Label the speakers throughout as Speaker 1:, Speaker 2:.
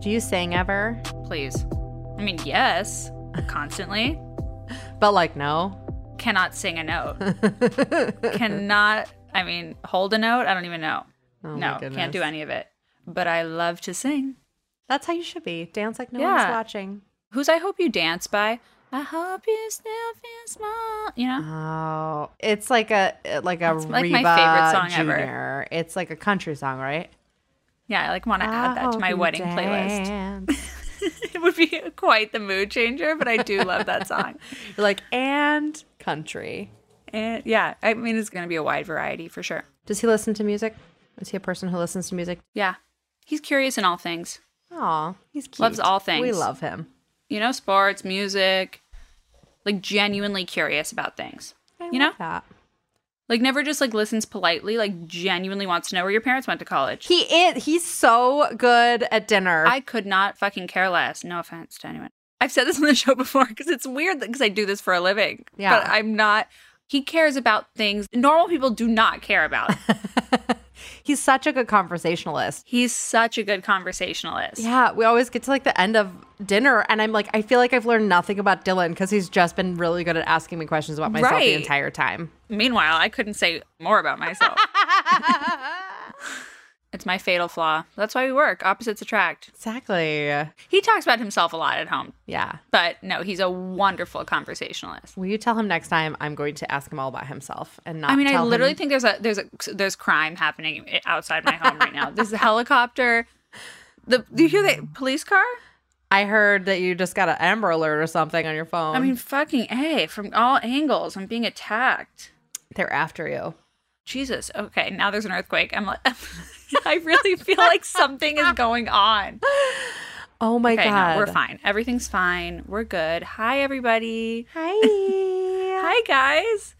Speaker 1: Do you sing ever?
Speaker 2: Please. I mean, yes, constantly.
Speaker 1: But like, no.
Speaker 2: Cannot sing a note.
Speaker 1: Can
Speaker 2: Cannot, I mean, hold a note. I don't even know.
Speaker 1: oh
Speaker 2: no, can't do any of it. But I love to sing.
Speaker 1: That's how you should be. Dance like no one's
Speaker 2: Yeah.
Speaker 1: watching.
Speaker 2: Who's I Hope You Dance by? I hope you still feel small. You know?
Speaker 1: Oh, it's like a like a
Speaker 2: That's, like, my
Speaker 1: Reba
Speaker 2: favorite song ever.
Speaker 1: Junior. It's like a country song, right?
Speaker 2: Yeah, I like want to add that to my wedding playlist.
Speaker 1: playlist.
Speaker 2: It would be quite the mood changer, but I do love that song.
Speaker 1: like and country.
Speaker 2: And yeah, I mean, it's going to be a wide variety for sure.
Speaker 1: Does he listen to music? Is he a person who listens to music?
Speaker 2: Yeah. He's curious in all things,
Speaker 1: Aw, he's cute.
Speaker 2: Loves all
Speaker 1: We
Speaker 2: things.
Speaker 1: love him.
Speaker 2: you know, sports, music, like genuinely curious about things.
Speaker 1: I
Speaker 2: You
Speaker 1: love
Speaker 2: know?
Speaker 1: that.
Speaker 2: Like never just like listens politely, like genuinely wants to know where your parents went to college.
Speaker 1: He is. He's so good at dinner.
Speaker 2: I could not fucking care less. No offense to anyone. I've said this on the show before because it's weird because I do this for a living.
Speaker 1: Yeah.
Speaker 2: But I'm not. He cares about things normal people do not care about.
Speaker 1: he's such a good conversationalist.
Speaker 2: He's such a good conversationalist.
Speaker 1: Yeah, we always get to like the end of dinner, and I'm like, I feel like I've learned nothing about Dylan because he's just been really good at asking me questions about myself the
Speaker 2: Right.
Speaker 1: entire time.
Speaker 2: Meanwhile, I couldn't say more about myself. it's my fatal flaw. That's why we work. Opposites attract.
Speaker 1: Exactly.
Speaker 2: He talks about himself a lot at home,
Speaker 1: Yeah.
Speaker 2: but no, he's a wonderful conversationalist.
Speaker 1: Will you tell him next time I'm going to ask him all about himself and not?
Speaker 2: I mean, I
Speaker 1: tell
Speaker 2: literally
Speaker 1: him-
Speaker 2: think there's a there's a there's crime happening i- outside my home right now. There's a helicopter. The do you hear the police car?
Speaker 1: I heard that you just got an Amber Alert or something on your phone.
Speaker 2: I mean, fucking a from all angles. I'm being attacked.
Speaker 1: they're after you.
Speaker 2: Jesus. Okay, now there's an earthquake. I'm like, I really feel like something is going on.
Speaker 1: Oh my
Speaker 2: Okay,
Speaker 1: god.
Speaker 2: no, we're fine. Everything's fine. We're good. Hi, everybody.
Speaker 1: Hi.
Speaker 2: Hi, guys.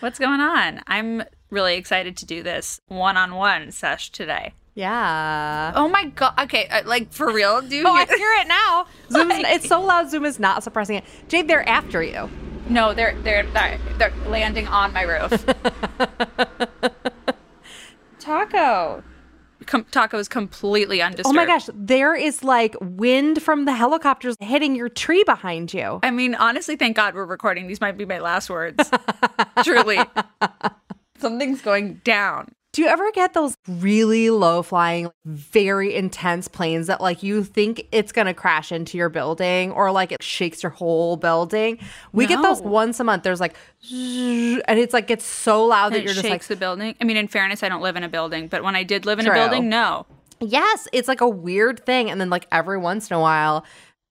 Speaker 2: What's going on? I'm really excited to do this one-on-one sesh today.
Speaker 1: Yeah.
Speaker 2: Oh my god. Okay, uh, like for real, do you
Speaker 1: Oh, I
Speaker 2: hear-
Speaker 1: hear it now. Zoom is, it's so loud. Zoom is not suppressing it. Jade, they're after you.
Speaker 2: No, they're they're they're, they're landing on my roof. Taco. Com- Taco is completely undisturbed.
Speaker 1: Oh my gosh, there is like wind from the helicopters hitting your tree behind you.
Speaker 2: I mean, honestly, thank God we're recording. These might be my last words. Truly. Something's going down.
Speaker 1: Do you ever get those really low flying, very intense planes that like you think it's gonna crash into your building or like it shakes your whole building? We get those
Speaker 2: No.
Speaker 1: once a month. There's like, and it's like it's so loud that
Speaker 2: It
Speaker 1: you're
Speaker 2: shakes
Speaker 1: just like,
Speaker 2: the building. I mean, in fairness, I don't live in a building, but when I did live in
Speaker 1: True.
Speaker 2: a building, no.
Speaker 1: yes, it's like a weird thing. And then like every once in a while,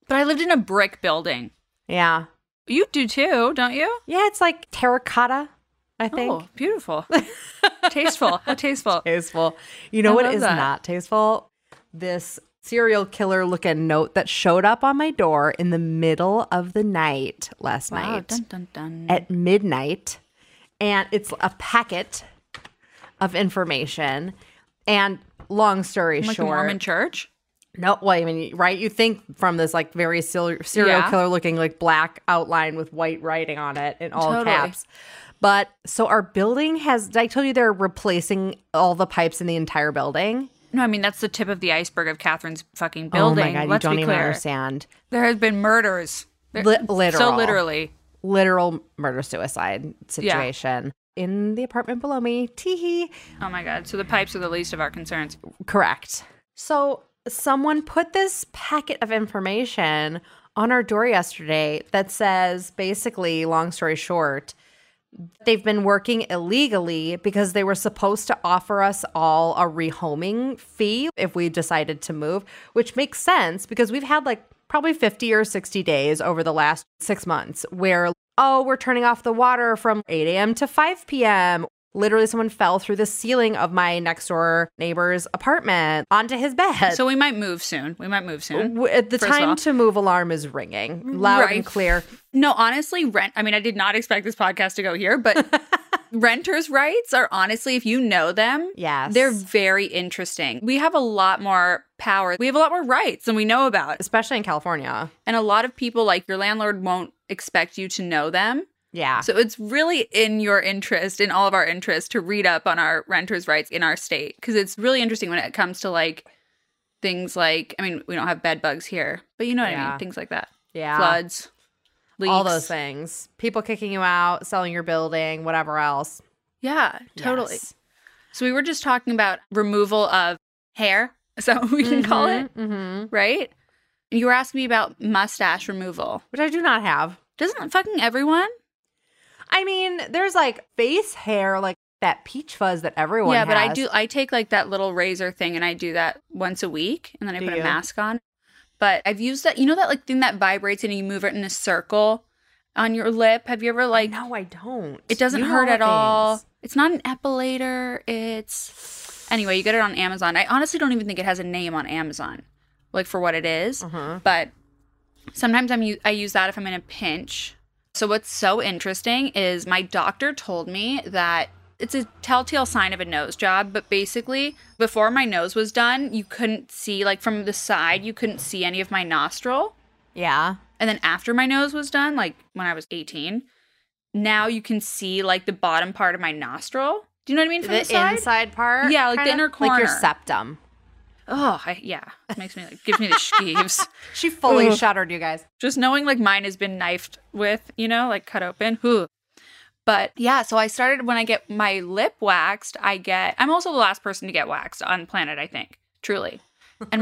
Speaker 2: But I lived in a brick building.
Speaker 1: yeah,
Speaker 2: You do too, don't you?
Speaker 1: yeah, it's like terracotta. I think.
Speaker 2: Oh, beautiful. tasteful. How tasteful.
Speaker 1: tasteful. You know what
Speaker 2: love
Speaker 1: is
Speaker 2: that.
Speaker 1: not tasteful? This serial killer looking note that showed up on my door in the middle of the night last
Speaker 2: Wow,
Speaker 1: night
Speaker 2: Oh, dun, dun, dun.
Speaker 1: at midnight. And it's a packet of information. And long story
Speaker 2: like
Speaker 1: short,
Speaker 2: Mormon church.
Speaker 1: no, well, I mean, right? You think from this like very serial, serial
Speaker 2: Yeah.
Speaker 1: killer looking like black outline with white writing on it in all
Speaker 2: Totally.
Speaker 1: caps. But so our building has, did I tell you they're replacing all the pipes in the entire building?
Speaker 2: No, I mean that's the tip of the iceberg of Catherine's fucking building.
Speaker 1: oh my God,
Speaker 2: Let's
Speaker 1: you don't
Speaker 2: be
Speaker 1: even
Speaker 2: clear.
Speaker 1: understand.
Speaker 2: There has been murders. There-
Speaker 1: Li- literal.
Speaker 2: So literally.
Speaker 1: Literal murder suicide situation in the apartment below me. Tee hee.
Speaker 2: Oh my god. So the pipes are the least of our concerns.
Speaker 1: Correct. So someone put this packet of information on our door yesterday that says basically, long story short, they've been working illegally because they were supposed to offer us all a rehoming fee if we decided to move, which makes sense because we've had like probably 50 or 60 days over the last six months where, oh, we're turning off the water from 8 a.m. to 5 p.m. Literally, someone fell through the ceiling of my next door neighbor's apartment onto his bed.
Speaker 2: So we might move soon. We might move soon.
Speaker 1: W- at the
Speaker 2: First of
Speaker 1: time
Speaker 2: all-
Speaker 1: to move alarm is ringing loud and
Speaker 2: Right.
Speaker 1: clear.
Speaker 2: No, honestly, rent I mean, I did not expect this podcast to go here, but renters' rights are honestly, if you know them,
Speaker 1: Yes.
Speaker 2: they're very interesting. We have a lot more power. We have a lot more rights than we know about.
Speaker 1: especially in California.
Speaker 2: And a lot of people like your landlord won't expect you to know them.
Speaker 1: Yeah.
Speaker 2: So it's really in your interest, in all of our interest, to read up on our renters' rights in our state because it's really interesting when it comes to like things like I mean, we don't have bed bugs here, but you know what I
Speaker 1: Yeah.
Speaker 2: mean, things like that.
Speaker 1: Yeah.
Speaker 2: Floods, leaks.
Speaker 1: All those things. People kicking you out, selling your building, whatever else.
Speaker 2: Yeah, totally.
Speaker 1: Yes.
Speaker 2: So we were just talking about removal of hair, so we can call it,
Speaker 1: Mhm, mhm.
Speaker 2: right? You were asking me about mustache removal.
Speaker 1: Which I do not have.
Speaker 2: Doesn't fucking everyone?
Speaker 1: I mean, there's like face hair, like that peach fuzz that everyone
Speaker 2: yeah, but I
Speaker 1: has.
Speaker 2: do. I take like that little razor thing and I do that once a week, and then I
Speaker 1: Do
Speaker 2: put
Speaker 1: you?
Speaker 2: a mask on. But I've used that. You know that like thing that vibrates and you move it in a circle on your lip. Have you ever like?
Speaker 1: No, I don't.
Speaker 2: It doesn't
Speaker 1: You know
Speaker 2: hurt at all.
Speaker 1: things.
Speaker 2: It's not an epilator. It's anyway. You get it on Amazon. I honestly don't even think it has a name on Amazon, like for what it is.
Speaker 1: Uh-huh.
Speaker 2: But sometimes I'm u- I use that if I'm in a pinch. So what's so interesting is my doctor told me that it's a telltale sign of a nose job, but basically before my nose was done, you couldn't see like from the side, you couldn't see any of my nostril.
Speaker 1: Yeah.
Speaker 2: And then after my nose was done, like when I was 18, now you can see like the bottom part of my nostril. Do you know what I mean? From the,
Speaker 1: the
Speaker 2: side?
Speaker 1: inside part.
Speaker 2: Yeah, like the
Speaker 1: kinda?
Speaker 2: inner
Speaker 1: Like
Speaker 2: corner.
Speaker 1: your septum.
Speaker 2: Oh, I, yeah. It makes me like, gives me the skeeves.
Speaker 1: She fully
Speaker 2: Ugh.
Speaker 1: shuddered, you guys.
Speaker 2: just knowing like mine has been knifed with, you know, like cut open. Whew. But yeah, so I started when I get my lip waxed, I get I'm also the last person to get waxed on planet, I think. Truly. And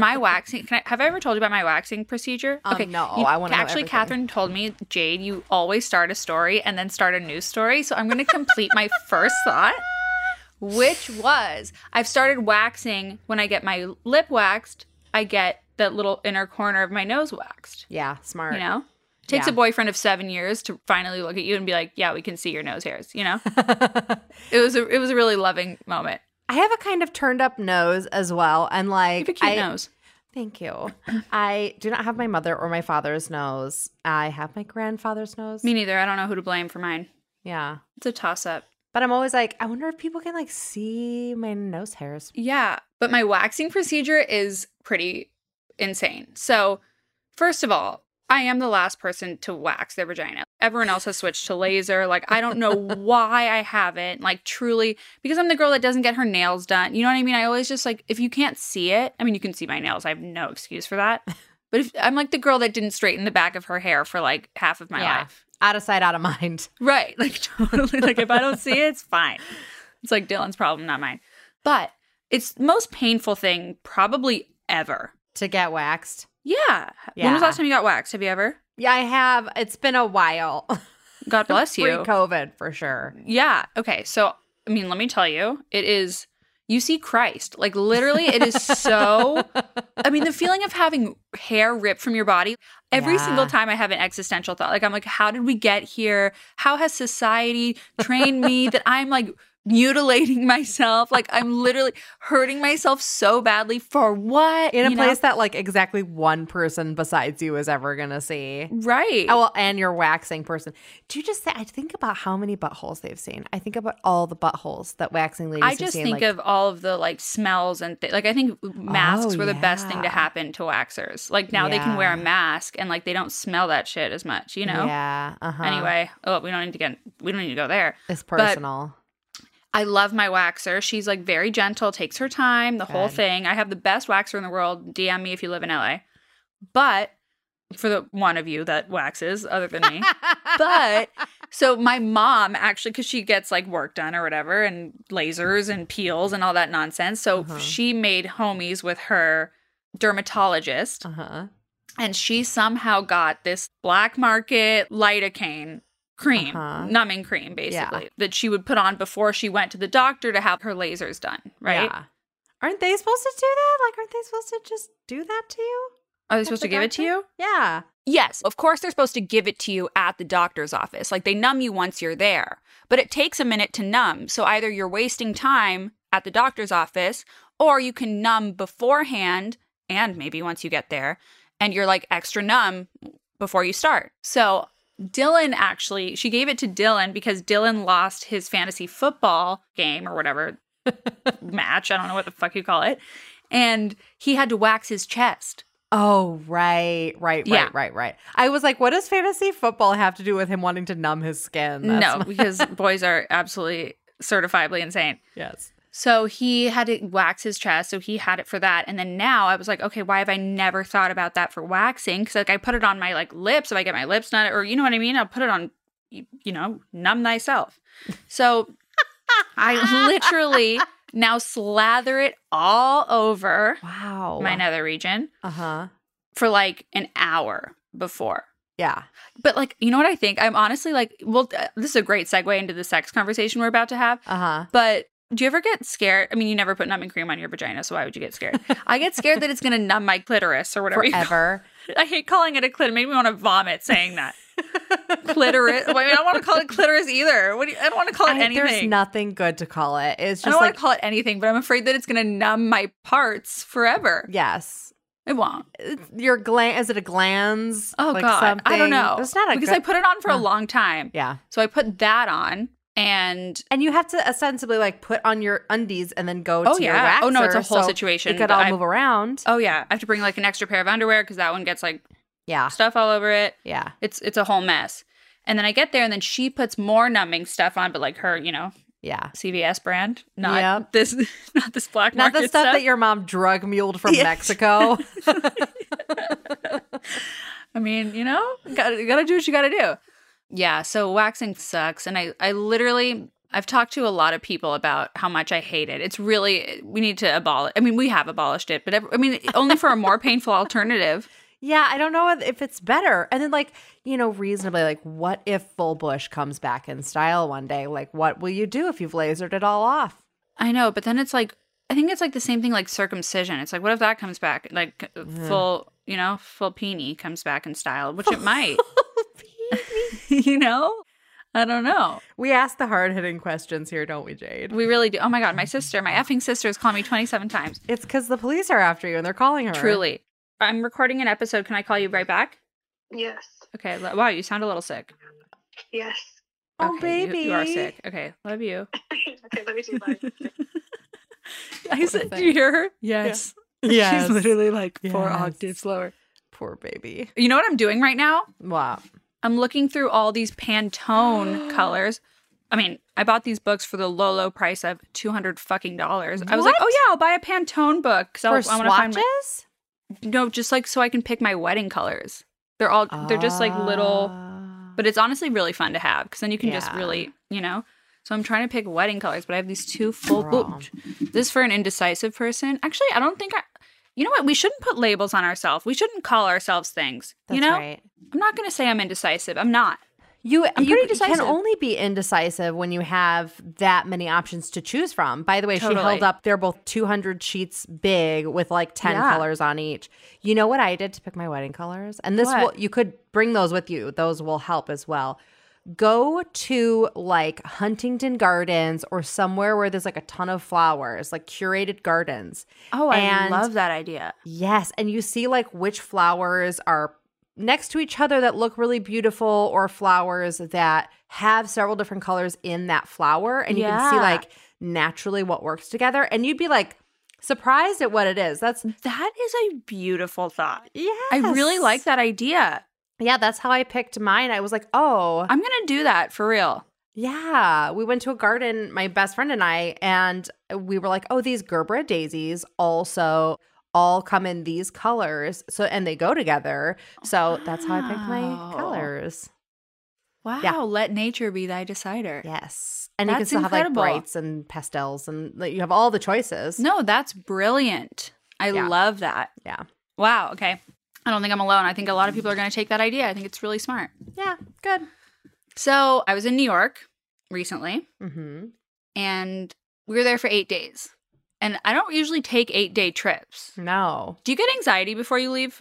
Speaker 2: my waxing can I, have I ever told you about my waxing procedure?
Speaker 1: Um, no,
Speaker 2: you-
Speaker 1: I wanna know
Speaker 2: Actually,
Speaker 1: everything.
Speaker 2: Catherine told me, Jade, you always start a story and then start a new story. So I'm gonna complete my first thought which was I've started waxing when I get my lip waxed, I get that little inner corner of my nose waxed.
Speaker 1: Yeah, smart.
Speaker 2: You know? Takes
Speaker 1: Yeah.
Speaker 2: a boyfriend of seven years to finally look at you and be like, Yeah, we can see your nose hairs, you know? it was a it was a really loving moment.
Speaker 1: I have a kind of turned up nose as well. And like,
Speaker 2: You have a cute
Speaker 1: I,
Speaker 2: nose.
Speaker 1: Thank you. I do not have my mother or my father's nose. I have my grandfather's nose.
Speaker 2: Me neither. I don't know who to blame for mine.
Speaker 1: yeah.
Speaker 2: It's a toss up.
Speaker 1: But I'm always like, I wonder if people can like see my nose hairs.
Speaker 2: Yeah, but my waxing procedure is pretty insane. So, first of all, I am the last person to wax their vagina. Everyone else has switched to laser. Like, I don't know why I haven't. Like, truly, because I'm the girl that doesn't get her nails done. You know what I mean? I always just like, if you can't see it, I mean, you can see my nails. I have no excuse for that. But if I'm like the girl that didn't straighten the back of her hair for like half of my
Speaker 1: Yeah.
Speaker 2: life.
Speaker 1: Out of sight, out of mind.
Speaker 2: Right. Like totally. Like if I don't see it, it's fine. It's like Dylan's problem, not mine. But it's the most painful thing probably ever.
Speaker 1: To get waxed.
Speaker 2: Yeah. When was the
Speaker 1: Yeah.
Speaker 2: last time you got waxed? Have you ever?
Speaker 1: Yeah, I have. It's been a while.
Speaker 2: God bless
Speaker 1: Pre
Speaker 2: you.
Speaker 1: COVID for sure.
Speaker 2: Yeah. Okay. So I mean, let me tell you, it is you see Christ. Like literally it is so I mean, the feeling of having hair ripped from your body every
Speaker 1: Yeah.
Speaker 2: single time I have an existential thought. Like, I'm like, how did we get here? How has society trained me that I'm like mutilating myself? Like, I'm literally hurting myself so badly for what?
Speaker 1: In a
Speaker 2: You know?
Speaker 1: place that like exactly one person besides you is ever gonna see.
Speaker 2: Right.
Speaker 1: Oh, well, and your waxing person. Do you just say, I think about how many buttholes they've seen. I think about all the buttholes that waxing ladies
Speaker 2: I
Speaker 1: have
Speaker 2: just
Speaker 1: seen,
Speaker 2: think
Speaker 1: like,
Speaker 2: of all of the like smells and th- like I think masks
Speaker 1: Oh,
Speaker 2: were the best thing to
Speaker 1: yeah.
Speaker 2: happen to waxers. Like now they can wear a
Speaker 1: Yeah.
Speaker 2: mask and like they don't smell that shit as much, you know.
Speaker 1: Yeah. Uh-huh.
Speaker 2: Anyway, oh, we don't need to get we don't need to go there.
Speaker 1: It's
Speaker 2: but-
Speaker 1: personal.
Speaker 2: I love my waxer. She's like very gentle, takes her time, the whole
Speaker 1: Good.
Speaker 2: thing. I have the best waxer in the world. DM me if you live in LA. But for the one of you that waxes other than me. but so my mom actually cuz she gets like work done or whatever and lasers and peels and all that nonsense. So
Speaker 1: Uh-huh.
Speaker 2: she made homies with her dermatologist
Speaker 1: uh-huh.
Speaker 2: and she somehow got this black market lidocaine cream,
Speaker 1: Uh-huh.
Speaker 2: numbing cream, basically, that she would put on before she went to the doctor to have her lasers done, right?
Speaker 1: Yeah. Aren't they supposed to do that? Like, aren't they supposed to just do that to you?
Speaker 2: Are they
Speaker 1: At
Speaker 2: supposed
Speaker 1: the
Speaker 2: to give it to
Speaker 1: doctor?
Speaker 2: you?
Speaker 1: Yeah.
Speaker 2: Yes, of course, they're supposed to give it to you at the doctor's office. Like they numb you once you're there, but it takes a minute to numb. So either you're wasting time at the doctor's office or you can numb beforehand and maybe once you get there and you're like extra numb before you start. So Dylan actually, she gave it to Dylan because Dylan lost his fantasy football game or whatever match. I don't know what the fuck you call it. And he had to wax his chest.
Speaker 1: Oh, right, right, right,
Speaker 2: Yeah.
Speaker 1: right, right. I was like, what does fantasy football have to do with him wanting to numb his skin? That's
Speaker 2: no,
Speaker 1: my-
Speaker 2: because boys are absolutely certifiably insane.
Speaker 1: yes.
Speaker 2: So he had to wax his chest. So he had it for that. And then now I was like, okay, why have I never thought about that for waxing? Because like I put it on my like lips if I get my lips done, or you know what I mean. I'll put it on, you you know, numb thyself. So I literally now slather it all over
Speaker 1: Oh, Wow.
Speaker 2: my nether region
Speaker 1: Uh huh.
Speaker 2: for like an hour before.
Speaker 1: Yeah.
Speaker 2: But like, you know what I think? I'm honestly like, well, th- uh, this is a great segue into the sex conversation we're about to have.
Speaker 1: Uh huh.
Speaker 2: But do you ever get scared? I mean, you never put numbing cream on your vagina, so why would you get scared? I get scared that it's going to numb my clitoris or whatever. you call-
Speaker 1: Forever.
Speaker 2: I hate calling it a clit. It made me want to vomit saying that. clitoris. Well, I mean, I don't want to call it clitoris either. What do you, I don't want to call it
Speaker 1: I-
Speaker 2: anything.
Speaker 1: there's nothing good to call it. It's
Speaker 2: I don't
Speaker 1: just
Speaker 2: want
Speaker 1: like
Speaker 2: to call it anything, but I'm afraid that it's going to numb my parts forever.
Speaker 1: yes.
Speaker 2: It won't.
Speaker 1: It's- Your gland is it a glands?
Speaker 2: Oh
Speaker 1: Like
Speaker 2: God, I
Speaker 1: something?
Speaker 2: don't know.
Speaker 1: It's not a
Speaker 2: because
Speaker 1: good-
Speaker 2: I put it on for a
Speaker 1: No.
Speaker 2: long time.
Speaker 1: yeah.
Speaker 2: So I put that on and
Speaker 1: And you have to ostensibly like put on your undies and then go
Speaker 2: Oh,
Speaker 1: to your
Speaker 2: yeah.
Speaker 1: waxer.
Speaker 2: Oh, no, it's a whole
Speaker 1: so
Speaker 2: situation,
Speaker 1: It could
Speaker 2: but
Speaker 1: all
Speaker 2: I-
Speaker 1: move around.
Speaker 2: oh yeah, I have to bring like an extra pair of underwear because that one gets like
Speaker 1: yeah.
Speaker 2: stuff all over it.
Speaker 1: Yeah.
Speaker 2: It's it's a whole mess. And then I get there and then she puts more numbing stuff on, but like her, you know,
Speaker 1: Yeah.
Speaker 2: CVS brand, not
Speaker 1: Yep.
Speaker 2: this, not this black
Speaker 1: Not
Speaker 2: market
Speaker 1: the stuff, that your mom drug muled from
Speaker 2: Yeah.
Speaker 1: Mexico.
Speaker 2: I mean, you know, gotta, gotta do what you gotta do. Yeah, so waxing sucks. And I, I literally, I've talked to a lot of people about how much I hate it. It's really, we need to abolish, I mean, we have abolished it, but ev- I mean, only for a more painful alternative.
Speaker 1: yeah, I don't know if- if it's better. And then like, you know, reasonably like what if full bush comes back in style one day? Like what will you do if you've lasered it all off?
Speaker 2: I know, but then it's like, I think it's like the same thing like circumcision. It's like, what if that comes back? Like uh, full, you know, full peenie comes back in style, which it might, you know? I don't know.
Speaker 1: we ask the hard-hitting questions here, don't we, Jade?
Speaker 2: We really do. Oh my God, my sister, my effing sister has called me 27 times.
Speaker 1: It's cuz the police are after you and they're calling her.
Speaker 2: Truly. I'm recording an episode. Can I call you right back?
Speaker 3: Yes.
Speaker 2: Okay. lo- Wow, you sound a little sick.
Speaker 3: Yes.
Speaker 1: Oh
Speaker 2: Okay, you-
Speaker 1: baby.
Speaker 2: You, are sick. Okay. Love you.
Speaker 3: okay, let me do mine.
Speaker 2: I
Speaker 1: said-
Speaker 2: you hear her? Yes.
Speaker 1: Yes.
Speaker 2: like
Speaker 1: four octaves
Speaker 2: lower.
Speaker 1: Poor baby.
Speaker 2: You know what I'm doing right now?
Speaker 1: Wow.
Speaker 2: I'm looking through all these Pantone colors. I mean, I bought these books for the low, low price of two hundred fucking dollars. I was like,
Speaker 1: What?
Speaker 2: oh yeah, I'll buy a Pantone book because I
Speaker 1: For
Speaker 2: want to find my
Speaker 1: swatches?
Speaker 2: no, just like so I can pick my wedding colors. They're all they're just like little.
Speaker 1: Ah.
Speaker 2: But it's honestly really fun to have because then you can just
Speaker 1: Yeah.
Speaker 2: really, you know. So I'm trying to pick wedding colors, but I have these two full.
Speaker 1: Girl.
Speaker 2: Ooh, this for an indecisive person. Actually, I don't think I. You know what? We shouldn't put labels on ourselves. We shouldn't call ourselves things.
Speaker 1: That's
Speaker 2: you know,
Speaker 1: right.
Speaker 2: I'm not going to say I'm indecisive. I'm not.
Speaker 1: You,
Speaker 2: I'm
Speaker 1: you
Speaker 2: pretty decisive.
Speaker 1: can only be indecisive when you have that many options to choose from. By the way, she
Speaker 2: Totally.
Speaker 1: held up, they're both 200 sheets big with like 10
Speaker 2: Yeah.
Speaker 1: colors on each. You know what I did to pick my wedding colors? And this
Speaker 2: What?
Speaker 1: will, you could bring those with you, those will help as well. Go to like Huntington Gardens or somewhere where there's like a ton of flowers, like curated gardens.
Speaker 2: Oh, I
Speaker 1: And-
Speaker 2: love that idea.
Speaker 1: Yes, and you see like which flowers are next to each other that look really beautiful or flowers that have several different colors in that flower and you can see
Speaker 2: Yeah.
Speaker 1: like naturally what works together and you'd be like surprised at what it is. That's
Speaker 2: That is a beautiful thought.
Speaker 1: yeah.
Speaker 2: Mm, I really like that idea.
Speaker 1: Yeah, that's how I picked mine. I was like, "Oh,
Speaker 2: I'm going to do that for real.
Speaker 1: Yeah, we went to a garden, my best friend and I, and we were like, oh, these Gerbera daisies also all come in these colors. So, and they go together. So that's how I picked my
Speaker 2: Wow.
Speaker 1: colors.
Speaker 2: Wow.
Speaker 1: Yeah.
Speaker 2: Let nature be thy decider.
Speaker 1: Yes. And you can
Speaker 2: That's
Speaker 1: still
Speaker 2: incredible.
Speaker 1: have like brights and pastels and like, you have all the choices.
Speaker 2: No, that's brilliant. I
Speaker 1: Yeah.
Speaker 2: love that.
Speaker 1: Yeah.
Speaker 2: Wow. Okay. I don't think I'm alone. I think a lot of people are going to take that idea. I think it's really smart.
Speaker 1: Yeah, good.
Speaker 2: So I was in New York recently
Speaker 1: Mm-hmm.
Speaker 2: and we were there for eight days. And I don't usually take eight day trips.
Speaker 1: No.
Speaker 2: Do you get anxiety before you leave?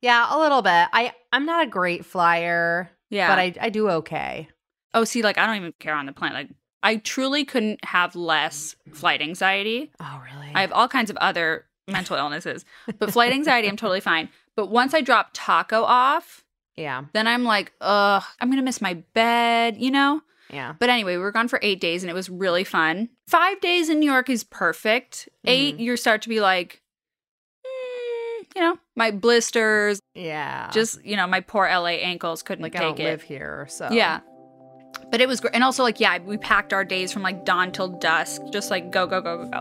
Speaker 1: Yeah, a little bit. I, I'm not a great flyer,
Speaker 2: Yeah.
Speaker 1: but I, I do okay.
Speaker 2: oh, see, like I don't even care on the plane. Like I truly couldn't have less flight anxiety.
Speaker 1: Oh, really?
Speaker 2: I have all kinds of other mental illnesses, but flight anxiety, I'm totally fine. But once I drop taco off,
Speaker 1: yeah,
Speaker 2: then I'm like, ugh, I'm gonna miss my bed, you know?
Speaker 1: yeah.
Speaker 2: But anyway, we were gone for eight days and it was really fun. Five days in New York is perfect. 8
Speaker 1: Mm.
Speaker 2: you you start to be like, mm, you know, my blisters,
Speaker 1: Yeah.
Speaker 2: just, you know, my poor LA ankles couldn't
Speaker 1: Ah. like I
Speaker 2: take
Speaker 1: don't
Speaker 2: it.
Speaker 1: live here. So,
Speaker 2: Yeah. But it was great. And also, like, yeah, we packed our days from like dawn till dusk, just like go, go, go, go, go.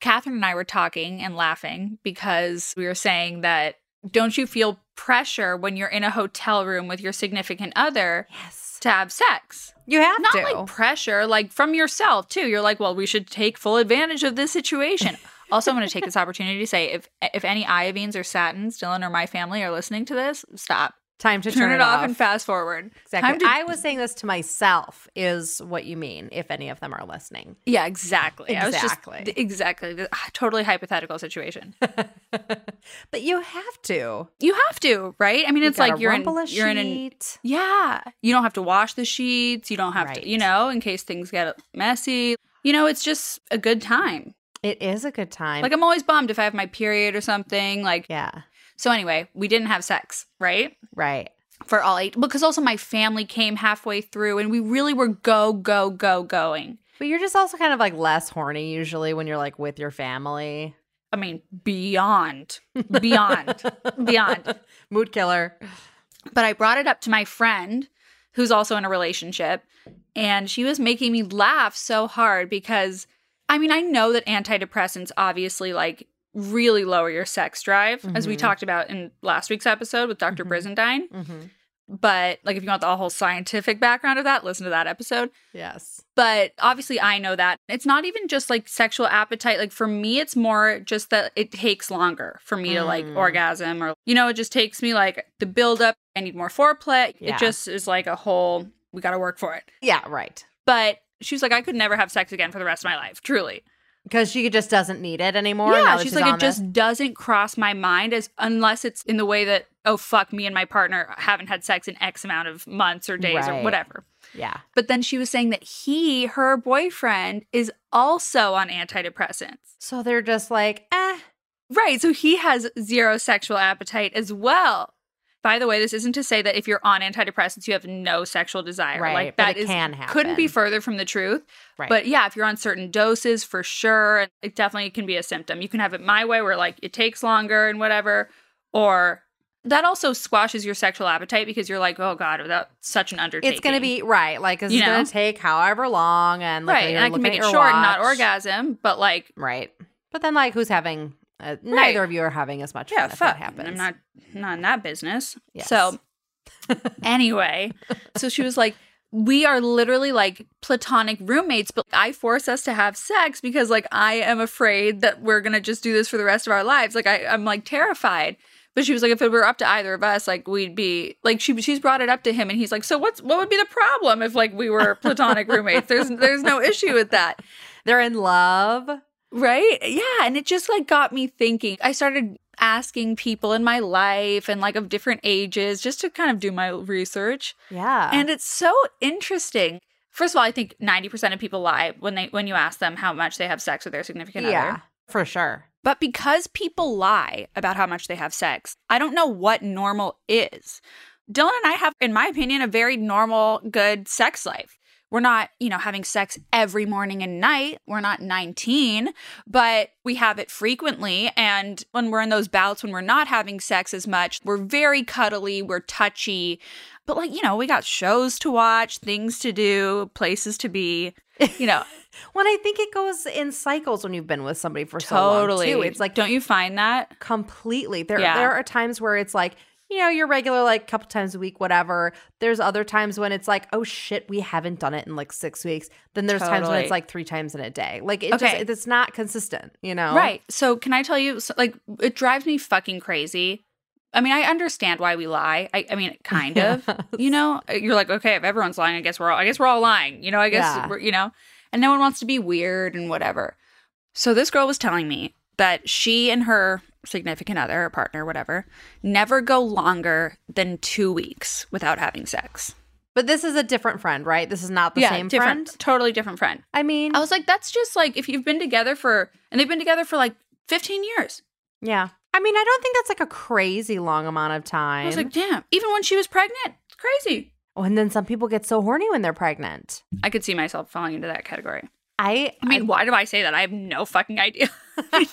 Speaker 2: Catherine and I were talking and laughing because we were saying that don't you feel pressure when you're in a hotel room with your significant other
Speaker 1: Yes.
Speaker 2: to have sex?
Speaker 1: You have
Speaker 2: Not
Speaker 1: to.
Speaker 2: like pressure, like from yourself too. You're like, well, we should take full advantage of this situation. also, I'm going to take this opportunity to say if if any Iovines or Satins, Dylan or my family are listening to this, stop
Speaker 1: Time to
Speaker 2: turn, it, off, and fast forward. Time
Speaker 1: Exactly.
Speaker 2: to-
Speaker 1: I was saying this to myself, is what you mean, if any of them are listening.
Speaker 2: yeah, exactly. I was just-
Speaker 1: Exactly.
Speaker 2: th- exactly. The- ah, Totally hypothetical situation.
Speaker 1: but you have to.
Speaker 2: You have to, right? I mean, it's like
Speaker 1: gotta
Speaker 2: you're in
Speaker 1: rumple a
Speaker 2: you're in an
Speaker 1: sheet.
Speaker 2: yeah. You don't have to wash the sheets. You don't have
Speaker 1: Right.
Speaker 2: to, you know, in case things get messy. You know, it's just a good time.
Speaker 1: It is a good time.
Speaker 2: Like I'm always bummed if I have my period or something. Like
Speaker 1: yeah,
Speaker 2: so. Anyway, we didn't have sex, right?
Speaker 1: right.
Speaker 2: For all eight, because also my family came halfway through, and we really were go go go going.
Speaker 1: But you're just also kind of like less horny usually when you're like with your family.
Speaker 2: I mean, beyond, beyond, beyond.
Speaker 1: Mood killer.
Speaker 2: But I brought it up to my friend who's also in a relationship, and she was making me laugh so hard because I mean, I know that antidepressants obviously like really lower your sex drive, as we
Speaker 1: Mhm.
Speaker 2: talked about in last week's episode with doctor
Speaker 1: Mhm.
Speaker 2: Brizendine.
Speaker 1: hmm
Speaker 2: But like, if you want the whole scientific background of that, listen to that episode.
Speaker 1: Yes.
Speaker 2: But obviously, I know that it's not even just like sexual appetite. Like, for me, it's more just that it takes longer for me to like
Speaker 1: Mm.
Speaker 2: orgasm or, you know, it just takes me like the buildup. I need more foreplay.
Speaker 1: Yeah.
Speaker 2: It just is like a whole, we got to work for it.
Speaker 1: Yeah, right.
Speaker 2: But she was like, I could never have sex again for the rest of my life, truly.
Speaker 1: Because she just doesn't need it anymore. now
Speaker 2: yeah.
Speaker 1: that
Speaker 2: She's like,
Speaker 1: on
Speaker 2: it just doesn't cross my mind as unless it's in the way that, oh, fuck, me and my partner haven't had sex in X amount of months or days or
Speaker 1: Right.
Speaker 2: whatever.
Speaker 1: this." Yeah.
Speaker 2: But then she was saying that he, her boyfriend, is also on antidepressants.
Speaker 1: So they're just like, eh.
Speaker 2: Right. So he has zero sexual appetite as well. By the way, this isn't to say that if you're on antidepressants, you have no sexual desire.
Speaker 1: Right.
Speaker 2: Like
Speaker 1: but
Speaker 2: that
Speaker 1: it
Speaker 2: is-
Speaker 1: can happen.
Speaker 2: couldn't be further from the truth.
Speaker 1: Right.
Speaker 2: But yeah, if you're on certain doses, for sure, it definitely can be a symptom. You can have it my way, where like it takes longer and whatever, or that also squashes your sexual appetite because you're like, oh god, without such an undertaking,
Speaker 1: it's going to be, right. Like, this
Speaker 2: You
Speaker 1: is going
Speaker 2: know?
Speaker 1: to take however long. And like,
Speaker 2: right.
Speaker 1: you're
Speaker 2: And I can
Speaker 1: looking
Speaker 2: make it
Speaker 1: at your
Speaker 2: short, and not
Speaker 1: watch.
Speaker 2: orgasm, but like,
Speaker 1: Right. But then, like, who's having, uh, neither of you are having as much
Speaker 2: yeah,
Speaker 1: fun if
Speaker 2: fuck.
Speaker 1: that happens.
Speaker 2: I'm not not in that business.
Speaker 1: Yes.
Speaker 2: So anyway, so she was like, we are literally like platonic roommates, but I force us to have sex because like I am afraid that we're gonna just do this for the rest of our lives. Like I, I'm like terrified. But she was like, if it were up to either of us, like we'd be like she she's brought it up to him and he's like, so what's what would be the problem if like we were platonic roommates? There's there's no issue with that.
Speaker 1: They're in love.
Speaker 2: Right? Yeah. And it just like got me thinking. I started asking people in my life and like of different ages just to kind of do my research.
Speaker 1: Yeah.
Speaker 2: And it's so interesting. First of all, I think 90% of people lie when they when you ask them how much they have sex with their significant
Speaker 1: yeah,
Speaker 2: other.
Speaker 1: for sure.
Speaker 2: But because people lie about how much they have sex, I don't know what normal is. Dylan and I have, in my opinion, a very normal, good sex life. We're not, you know, having sex every morning and night. We're not 19, but we have it frequently. And when we're in those bouts, when we're not having sex as much, we're very cuddly, we're touchy. But like, you know, we got shows to watch, things to do, places to be, you know,
Speaker 1: When I think it goes in cycles when you've been with somebody for so
Speaker 2: totally.
Speaker 1: long, too. It's like
Speaker 2: don't you find that?
Speaker 1: completely. There,
Speaker 2: Yeah.
Speaker 1: there are times where it's like, you know, your regular like couple times a week, whatever. There's other times when it's like, oh shit, we haven't done it in like six weeks. Then there's times when
Speaker 2: Totally.
Speaker 1: it's like three times in a day. Like it
Speaker 2: Okay.
Speaker 1: just, it's not consistent, you know?
Speaker 2: Right. So can I tell you, so, like, it drives me fucking crazy. I mean, I understand why we lie. I, I mean, kind of. You know, you're like, okay, if everyone's lying, I guess we're all, I guess we're all lying. You know, I guess
Speaker 1: Yeah.
Speaker 2: we're, you know, and no one wants to be weird and whatever. So this girl was telling me that she and her significant other or partner, whatever, never go longer than two weeks without having sex.
Speaker 1: But this is a different friend, right? This is not the same
Speaker 2: different, Oh.
Speaker 1: friend.
Speaker 2: totally different friend.
Speaker 1: I mean,
Speaker 2: I was like, that's just like if you've been together for, and they've been together for like 15 years.
Speaker 1: yeah. I mean, I don't think that's like a crazy long amount of time.
Speaker 2: I was like, damn, even when she was pregnant, it's crazy.
Speaker 1: oh, and then some people get so horny when they're pregnant.
Speaker 2: I could see myself falling into that category.
Speaker 1: I,
Speaker 2: I mean, why do I say that? I have no fucking idea. I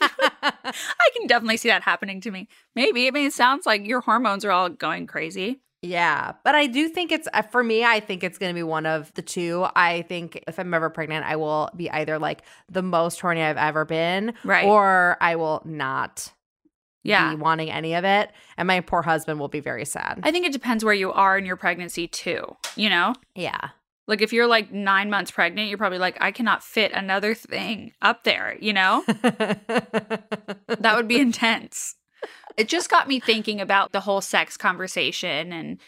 Speaker 2: can definitely see that happening to me. Maybe. I mean, it sounds like your hormones are all going crazy.
Speaker 1: Yeah, but I do think it's uh, for me. I think it's going to be one of the two. I think if I'm ever pregnant, I will be either like the most horny I've ever been,
Speaker 2: Right.
Speaker 1: or I will not
Speaker 2: Yeah.
Speaker 1: be wanting any of it, and my poor husband will be very sad.
Speaker 2: I think it depends where you are in your pregnancy too, you know?
Speaker 1: yeah,
Speaker 2: Like if you're like 9 months pregnant, you're probably like I cannot fit another thing up there, you know? that would be intense. It just got me thinking about the whole sex conversation and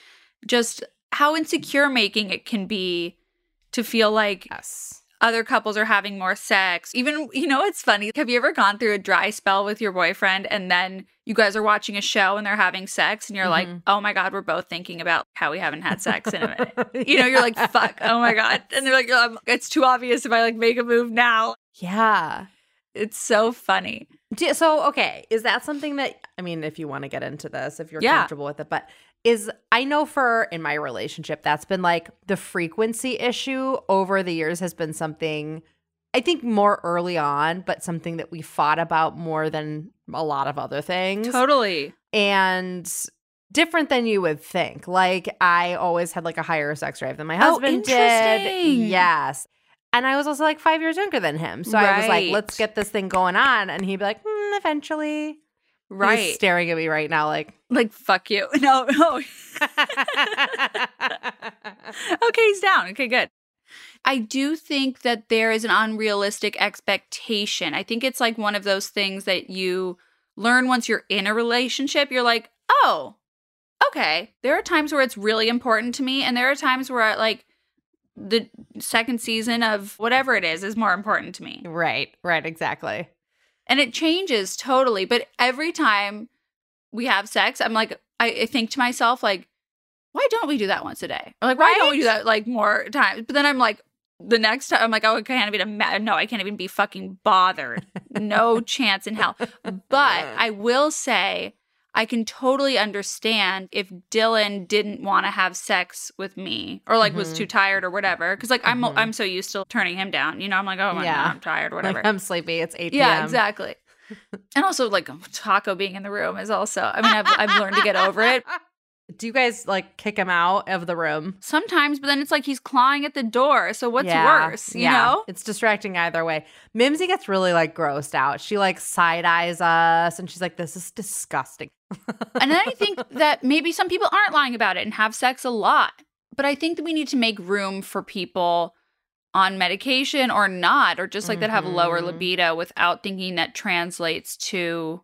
Speaker 2: just how insecure making it can be to feel like
Speaker 1: yes.
Speaker 2: other couples are having more sex. Even, you know, it's funny. Have you ever gone through a dry spell with your boyfriend and then you guys are watching a show and they're having sex and you're like,
Speaker 1: Mhm.
Speaker 2: oh my God, we're both thinking about how we haven't had sex in a minute? You know, you're like, fuck, oh my God. And they're like, um, it's too obvious if I like make a move now.
Speaker 1: Yeah.
Speaker 2: It's so funny.
Speaker 1: Do, so okay, is that something that I mean, if you want to get into this, if you're
Speaker 2: Yeah.
Speaker 1: comfortable with it, but is I know for in my relationship that's been like the frequency issue over the years has been something I think more early on, but something that we fought about more than a lot of other things
Speaker 2: Totally.
Speaker 1: and different than you would think. Like I always had like a higher sex drive than my husband did.
Speaker 2: Oh, interesting.
Speaker 1: Yes. And I was also like five years younger than him. So I was like,
Speaker 2: Right.
Speaker 1: let's get this thing going on. And he'd be like, "Hmm, eventually.
Speaker 2: Right.
Speaker 1: He's staring at me right now, like,
Speaker 2: like fuck you. No, no. okay, he's down. Okay, good. I do think that there is an unrealistic expectation. I think it's like one of those things that you learn once you're in a relationship. You're like, oh, okay. There are times where it's really important to me, and there are times where like the second season of whatever it is is more important to me.
Speaker 1: right, right, exactly.
Speaker 2: And it changes totally. But every time we have sex, I'm like, I, I think to myself, like, why don't we do that once a day? Or like, why don't we do that like more times? But then I'm like, the next time, I'm like, oh, I can't even imagine. No, I can't even be fucking bothered. No chance in hell. But I will say, I can totally understand if Dylan didn't want to have sex with me or like was
Speaker 1: Mhm.
Speaker 2: too tired or whatever. Cause like I'm
Speaker 1: Mhm.
Speaker 2: I'm so used to turning him down. You know, I'm like, oh my
Speaker 1: Yeah.
Speaker 2: God, I'm tired, whatever.
Speaker 1: Like, I'm sleepy. It's 8 p.m.
Speaker 2: Yeah, exactly. and also, like Taco being in the room is also. I mean, I've, I've learned to get over it
Speaker 1: Do you guys like kick him out of the room?
Speaker 2: sometimes, but then it's like he's clawing at the door. So what's
Speaker 1: Yeah,
Speaker 2: worse, you
Speaker 1: yeah.
Speaker 2: know?
Speaker 1: It's distracting either way. Mimsy gets really like grossed out. She like side eyes us and she's like, this is disgusting.
Speaker 2: And then I think that maybe some people aren't lying about it and have sex a lot, but I think that we need to make room for people on medication or not, or just like that have lower
Speaker 1: Mhm.
Speaker 2: libido without thinking that translates to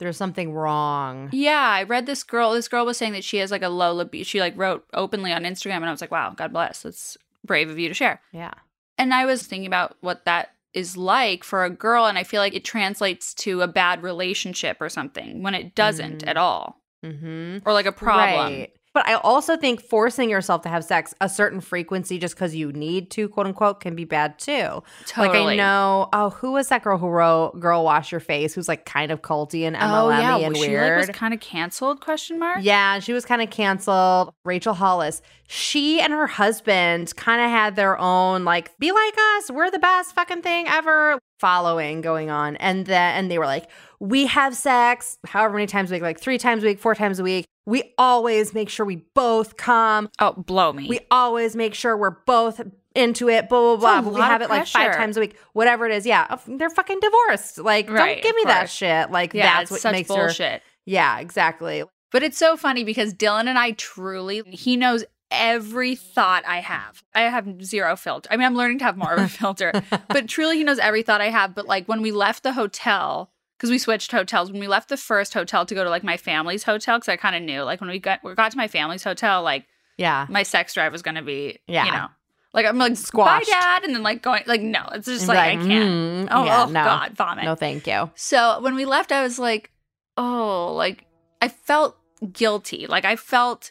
Speaker 1: There's something wrong.
Speaker 2: Yeah, I read this girl. This girl was saying that she has like a low libido. She like wrote openly on Instagram, and I was like, wow, God bless. That's brave of you to share.
Speaker 1: Yeah.
Speaker 2: And I was thinking about what that is like for a girl, and I feel like it translates to a bad relationship or something when it doesn't
Speaker 1: Mm.
Speaker 2: at all,
Speaker 1: Mm-hmm.
Speaker 2: or like a problem.
Speaker 1: But I also think forcing yourself to have sex a certain frequency just because you need to, quote unquote, can be bad too.
Speaker 2: Totally.
Speaker 1: Like I know, oh, who was that girl who wrote "Girl Wash Your Face"? Who's like kind of culty and MLM
Speaker 2: Oh yeah,
Speaker 1: and
Speaker 2: was she
Speaker 1: weird.
Speaker 2: like was kind of canceled? Question mark.
Speaker 1: Yeah, she was kind of canceled. Rachel Hollis. She and her husband kind of had their own like be like us, we're the best fucking thing ever following going on. And then and they were like, we have sex however many times a week, like 3 times a week, 4 times a week. We always make sure we both come.
Speaker 2: Oh, blow me.
Speaker 1: We always make sure we're both into it, blah, blah, blah.
Speaker 2: That's a
Speaker 1: But we
Speaker 2: lot
Speaker 1: have it
Speaker 2: of
Speaker 1: like five
Speaker 2: pressure.
Speaker 1: times a week, whatever it is. Yeah, they're fucking divorced. Like, don't
Speaker 2: Right,
Speaker 1: give me
Speaker 2: of
Speaker 1: that
Speaker 2: course.
Speaker 1: shit. Like,
Speaker 2: yeah,
Speaker 1: that's
Speaker 2: it's
Speaker 1: what
Speaker 2: such
Speaker 1: makes her.
Speaker 2: bullshit.
Speaker 1: Yeah, exactly.
Speaker 2: But it's so funny because Dylan and I truly, he knows every thought I have. I have zero filter. I mean, I'm learning to have more of a filter, but truly, he knows every thought I have. But like when we left the hotel, because we switched hotels, when we left the first hotel to go to like my family's hotel, because I kind of knew, like when we got we got to my family's hotel, like
Speaker 1: Yeah.
Speaker 2: my sex drive was going to be,
Speaker 1: Yeah.
Speaker 2: you know, like I'm like
Speaker 1: Squashed.
Speaker 2: Bye, dad, and then like going, like no, it's just
Speaker 1: And
Speaker 2: like,
Speaker 1: be
Speaker 2: I can't.
Speaker 1: "Mm,
Speaker 2: Oh,
Speaker 1: yeah,
Speaker 2: oh,
Speaker 1: no,
Speaker 2: God, vomit.
Speaker 1: no, thank you.
Speaker 2: So when we left, I was like, oh, like I felt guilty. Like I felt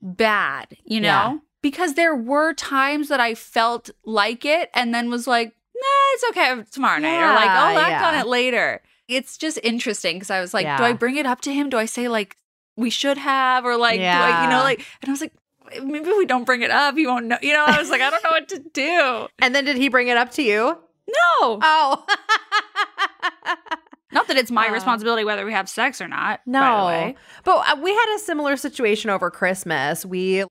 Speaker 2: bad, you know?
Speaker 1: Yeah.
Speaker 2: Because there were times that I felt like it and then was like, nah, it's okay tomorrow night. Or like,
Speaker 1: Yeah,
Speaker 2: I'll act
Speaker 1: yeah.
Speaker 2: on it later. It's just interesting because I was like, do
Speaker 1: Yeah.
Speaker 2: I bring it up to him? Do I say like we should have? Or like, do I,
Speaker 1: Yeah.
Speaker 2: you know, like, and I was like, maybe if we don't bring it up, he won't know. You know, I was like, I don't know what to do. Oh.
Speaker 1: And then did he bring it up to you?
Speaker 2: No.
Speaker 1: Oh,
Speaker 2: Not that it's my
Speaker 1: Uh,
Speaker 2: responsibility whether we have sex or not. by the
Speaker 1: No.
Speaker 2: way.
Speaker 1: But uh, we had a similar situation over Christmas. We